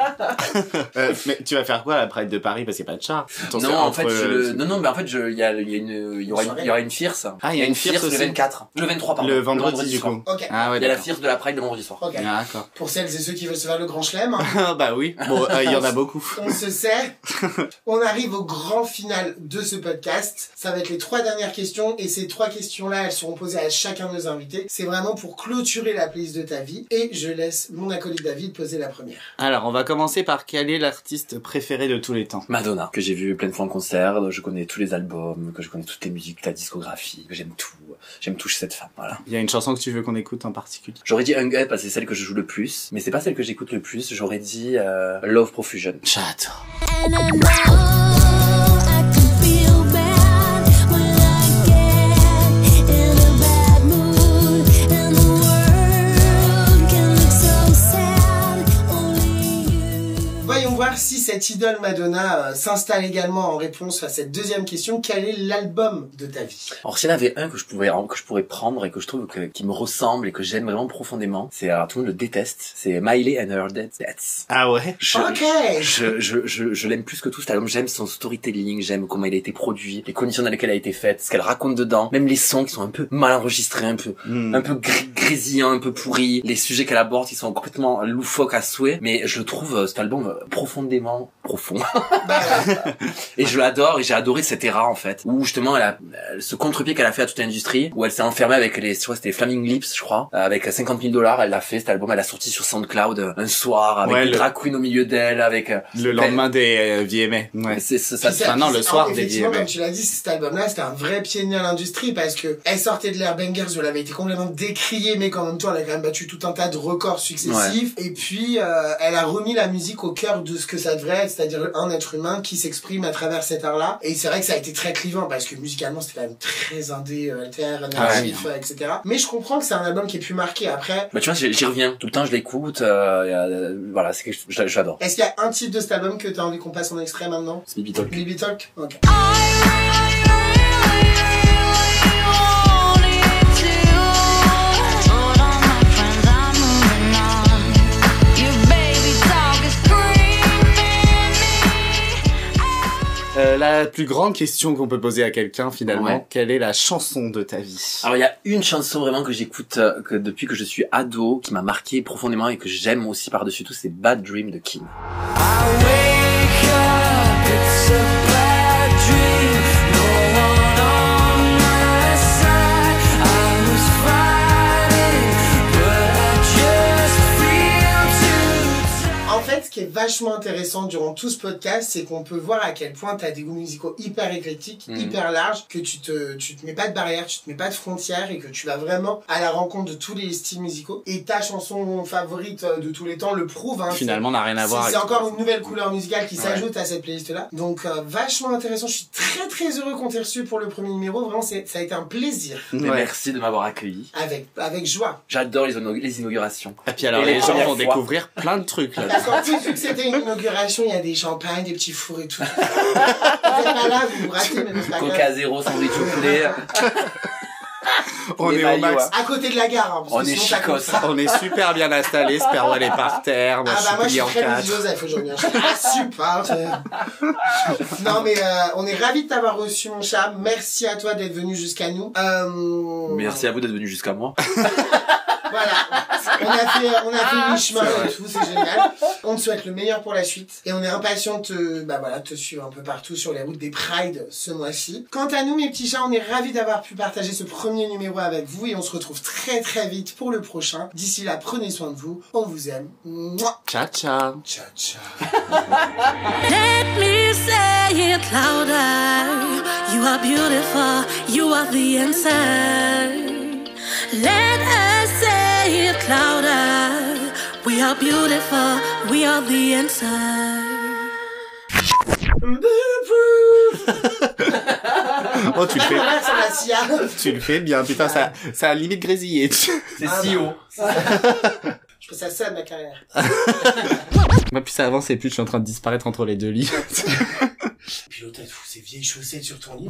[SPEAKER 3] *laughs*
[SPEAKER 2] Euh, mais tu vas faire quoi à la Pride de Paris Parce qu'il n'y a pas de chat. Ton-
[SPEAKER 3] non, en fait,
[SPEAKER 2] entre-
[SPEAKER 3] je le- non, non, mais en fait, je- il y a, il y a une, il y aura, une- il y aura une fierce.
[SPEAKER 2] Ah, il y a une fierce
[SPEAKER 3] le
[SPEAKER 2] aussi.
[SPEAKER 3] 24. Le 23, pardon.
[SPEAKER 2] Le vendredi, du
[SPEAKER 3] soir.
[SPEAKER 2] coup.
[SPEAKER 1] Ok.
[SPEAKER 2] Ah ouais,
[SPEAKER 3] Il y a la
[SPEAKER 2] d'accord.
[SPEAKER 3] fierce de la Pride le vendredi soir.
[SPEAKER 1] Ok.
[SPEAKER 2] Ah, d'accord.
[SPEAKER 1] Pour celles et ceux qui veulent se faire le grand chelem, hein,
[SPEAKER 2] *laughs*
[SPEAKER 1] *laughs*
[SPEAKER 2] Ah, bah oui. Bon, euh, il y en a beaucoup.
[SPEAKER 1] on se sert. On arrive au grand final de ce podcast. Ça va être les trois dernières questions et ces trois questions-là, elles seront posées à chacun de nos invités. C'est vraiment pour clôturer la playlist de ta vie et je laisse mon acolyte David poser la première.
[SPEAKER 2] Alors, on va commencer par quel est l'artiste préféré de tous les temps
[SPEAKER 3] Madonna, que j'ai vu plein de fois en concert, je connais tous les albums, que je connais toutes les musiques, la discographie, que j'aime tout, j'aime tout chez cette femme, voilà.
[SPEAKER 2] Il y a une chanson que tu veux qu'on écoute en particulier.
[SPEAKER 3] J'aurais dit Hung Up parce que c'est celle que je joue le plus, mais c'est pas celle que j'écoute le plus, j'aurais dit euh, Love Profusion.
[SPEAKER 2] J'adore.
[SPEAKER 4] And I know I could feel bad when I get in a bad mood, and the world can look so sad. Only you.
[SPEAKER 1] Voyons voir si cette idole Madonna euh, s'installe également en réponse à cette deuxième question. Quel est l'album de ta vie
[SPEAKER 3] Alors s'il y en avait un que je pouvais que je pourrais prendre et que je trouve que, qui me ressemble et que j'aime vraiment profondément, c'est alors tout le monde le déteste, c'est Miley and Her Dead Pets.
[SPEAKER 2] Ah ouais
[SPEAKER 3] Je,
[SPEAKER 1] Ok.
[SPEAKER 3] je, je, je, je l'aime plus que tout cet album. J'aime son storytelling, j'aime comment il a été produit, les conditions dans lesquelles il a été fait, ce qu'elle raconte dedans, même les sons qui sont un peu mal enregistrés, un peu,
[SPEAKER 2] Hmm.
[SPEAKER 3] un peu gr- grésillants, un peu pourris, les sujets qu'elle aborde, ils sont complètement loufoques à souhait, mais je le trouve euh, cet album euh, profondément, profond. *laughs*
[SPEAKER 1] Bah, ouais.
[SPEAKER 3] Et je l'adore, et j'ai adoré cette era, en fait, où justement, elle a, elle- ce contre-pied qu'elle a fait à toute l'industrie, où elle s'est enfermée avec les, je crois, c'était Flaming Lips, je crois, euh, avec 50 000 dollars, elle l'a fait, cet album, elle l'a sorti sur SoundCloud euh, un soir, avec
[SPEAKER 2] Ouais,
[SPEAKER 3] des
[SPEAKER 2] le-
[SPEAKER 3] drag queens au milieu d'elle, avec, euh,
[SPEAKER 2] Le lendemain des euh, VMA. Ouais.
[SPEAKER 3] c'est, c'est- ça,
[SPEAKER 1] Puis c'est-
[SPEAKER 2] enfin, non, le soir,
[SPEAKER 1] Effectivement,
[SPEAKER 2] dédié,
[SPEAKER 1] comme
[SPEAKER 2] ouais.
[SPEAKER 1] tu l'as dit, cet album-là, c'était un vrai pionnier à l'industrie parce que elle sortait de l'ère Bangers où elle avait été complètement décriée, mais qu'en même temps, elle a quand même battu tout un tas de records successifs. Et puis, euh, elle a remis la musique au cœur de ce que ça devrait être, c'est-à-dire un être humain qui s'exprime à travers cet art-là. Et c'est vrai que ça a été très clivant parce que musicalement, c'était quand même très indé, euh, alter,
[SPEAKER 2] Ah
[SPEAKER 1] anarchif, euh, etc. Mais je comprends que c'est un album qui est plus marqué après.
[SPEAKER 3] bah, tu vois, j'y j'y reviens, tout le temps, je l'écoute, euh, et, euh, voilà, c'est quelque chose, je- je l'adore.
[SPEAKER 1] Est-ce qu'il y a un titre de cet album que t'as envie qu'on passe en extrait maintenant?
[SPEAKER 3] C'est Bibi Talk.
[SPEAKER 1] Baby Talk? Ok.
[SPEAKER 2] Euh, la plus grande question qu'on peut poser à quelqu'un finalement,
[SPEAKER 3] Ouais.
[SPEAKER 2] quelle est la chanson de ta vie
[SPEAKER 3] Alors il y a une chanson vraiment que j'écoute euh, que depuis que je suis ado, qui m'a marqué profondément et que j'aime aussi par-dessus tout, c'est Bad Dream de Kim.
[SPEAKER 1] En fait, ce qui est vachement intéressant durant tout ce podcast, c'est qu'on peut voir à quel point tu as des goûts musicaux hyper éclectiques,
[SPEAKER 3] Mhm.
[SPEAKER 1] hyper larges, que tu te, tu te mets pas de barrières, tu te mets pas de frontières et que tu vas vraiment à la rencontre de tous les styles musicaux. Et ta chanson favorite euh, de tous les temps le prouve. Hein,
[SPEAKER 2] Finalement, n'a rien à
[SPEAKER 1] C'est-
[SPEAKER 2] voir.
[SPEAKER 1] C'est
[SPEAKER 2] avec-
[SPEAKER 1] encore une nouvelle couleur musicale qui
[SPEAKER 2] Ouais.
[SPEAKER 1] s'ajoute à cette playlist-là. Donc, euh, vachement intéressant. Je suis très très heureux qu'on t'ait reçu pour le premier numéro. Vraiment, c'est- ça a été un plaisir.
[SPEAKER 3] Mais
[SPEAKER 2] Ouais.
[SPEAKER 3] Merci de m'avoir accueilli.
[SPEAKER 1] Avec, avec joie.
[SPEAKER 3] J'adore les, ono- les inaugurations.
[SPEAKER 2] Et puis alors,
[SPEAKER 3] Et
[SPEAKER 2] les,
[SPEAKER 3] les
[SPEAKER 2] gens
[SPEAKER 3] premières
[SPEAKER 2] vont
[SPEAKER 3] fois.
[SPEAKER 2] découvrir plein de trucs là.
[SPEAKER 1] Parce qu'en plus, vu que c'était une inauguration, il y a des champagnes, des petits fours et tout. vous êtes pas là, vous vous ratez, mais c'est pas Ah, grave.
[SPEAKER 3] Coca zéro, sandwich au poulet.
[SPEAKER 2] On
[SPEAKER 3] Les
[SPEAKER 2] est au
[SPEAKER 3] maillots,
[SPEAKER 2] max.
[SPEAKER 3] hein.
[SPEAKER 1] À côté de la gare, hein, parce
[SPEAKER 3] On
[SPEAKER 1] que
[SPEAKER 3] est
[SPEAKER 1] sinon, ça
[SPEAKER 3] chicos.
[SPEAKER 1] coûte ça.
[SPEAKER 2] *laughs* On est super bien installés, Sperwell est par terre, moi
[SPEAKER 1] Ah bah
[SPEAKER 2] je
[SPEAKER 1] moi je suis
[SPEAKER 2] suis plié en
[SPEAKER 1] très Louis
[SPEAKER 2] quatre.
[SPEAKER 1] Joseph aujourd'hui, hein. je suis pas super.
[SPEAKER 2] *laughs*
[SPEAKER 1] je- non mais euh, on est ravis de t'avoir reçu mon chat, merci à toi d'être venu jusqu'à nous. Euh,
[SPEAKER 3] Merci à vous d'être venu jusqu'à moi.
[SPEAKER 1] Voilà, on a fait, on a fait mi-chemin et tout, Ah, c'est génial. On te souhaite le meilleur pour la suite et on est impatient de te, bah voilà, te suivre un peu partout sur les routes des Pride ce mois-ci. Quant à nous mes petits chats, on est ravis d'avoir pu partager ce premier numéro avec vous et on se retrouve très très vite pour le prochain. D'ici là, prenez soin de vous, on vous aime. Mouah.
[SPEAKER 2] Ciao ciao
[SPEAKER 1] Ciao, ciao.
[SPEAKER 4] Let me say it louder. You are beautiful. You are the answer. Let us say it louder. We are beautiful. We are the answer.
[SPEAKER 2] Oh tu le fais,
[SPEAKER 1] Ah, ça va, Sia.
[SPEAKER 2] tu le fais bien, putain ça, ça a limite grésillé. *laughs*
[SPEAKER 3] C'est
[SPEAKER 1] Ah,
[SPEAKER 3] si haut.
[SPEAKER 1] Je fais ça seule, ma carrière.
[SPEAKER 2] Moi plus ça avance et plus je suis en train de disparaître entre les deux lits. *laughs*
[SPEAKER 1] Puis l'autre, elle te fout ses vieilles chaussettes sur ton lit.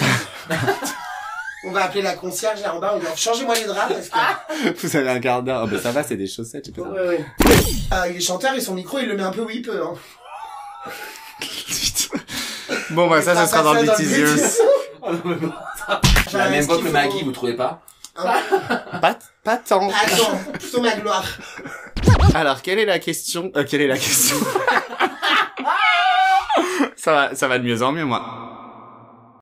[SPEAKER 1] On va appeler la concierge là en bas, on va leur changez-moi les draps parce que.
[SPEAKER 2] Vous avez un quart d'heure, oh bah ça va c'est des chaussettes. je sais pas.
[SPEAKER 1] Ah, Ouais, ouais. Ah, il est chanteur et son micro, il le met un peu où il peut. Hein.
[SPEAKER 2] *laughs* Bon bah ça, ça sera dans le
[SPEAKER 1] Beauty *laughs*
[SPEAKER 2] Beauty's Ears.
[SPEAKER 1] bah,
[SPEAKER 3] La même voix que
[SPEAKER 1] le
[SPEAKER 3] Maggie, vous trouvez pas
[SPEAKER 2] Pas, pas tant.
[SPEAKER 1] Attends, plutôt ma gloire.
[SPEAKER 2] Alors quelle est la *laughs* question Euh, Quelle est la question Ça va, ça va de mieux en mieux moi.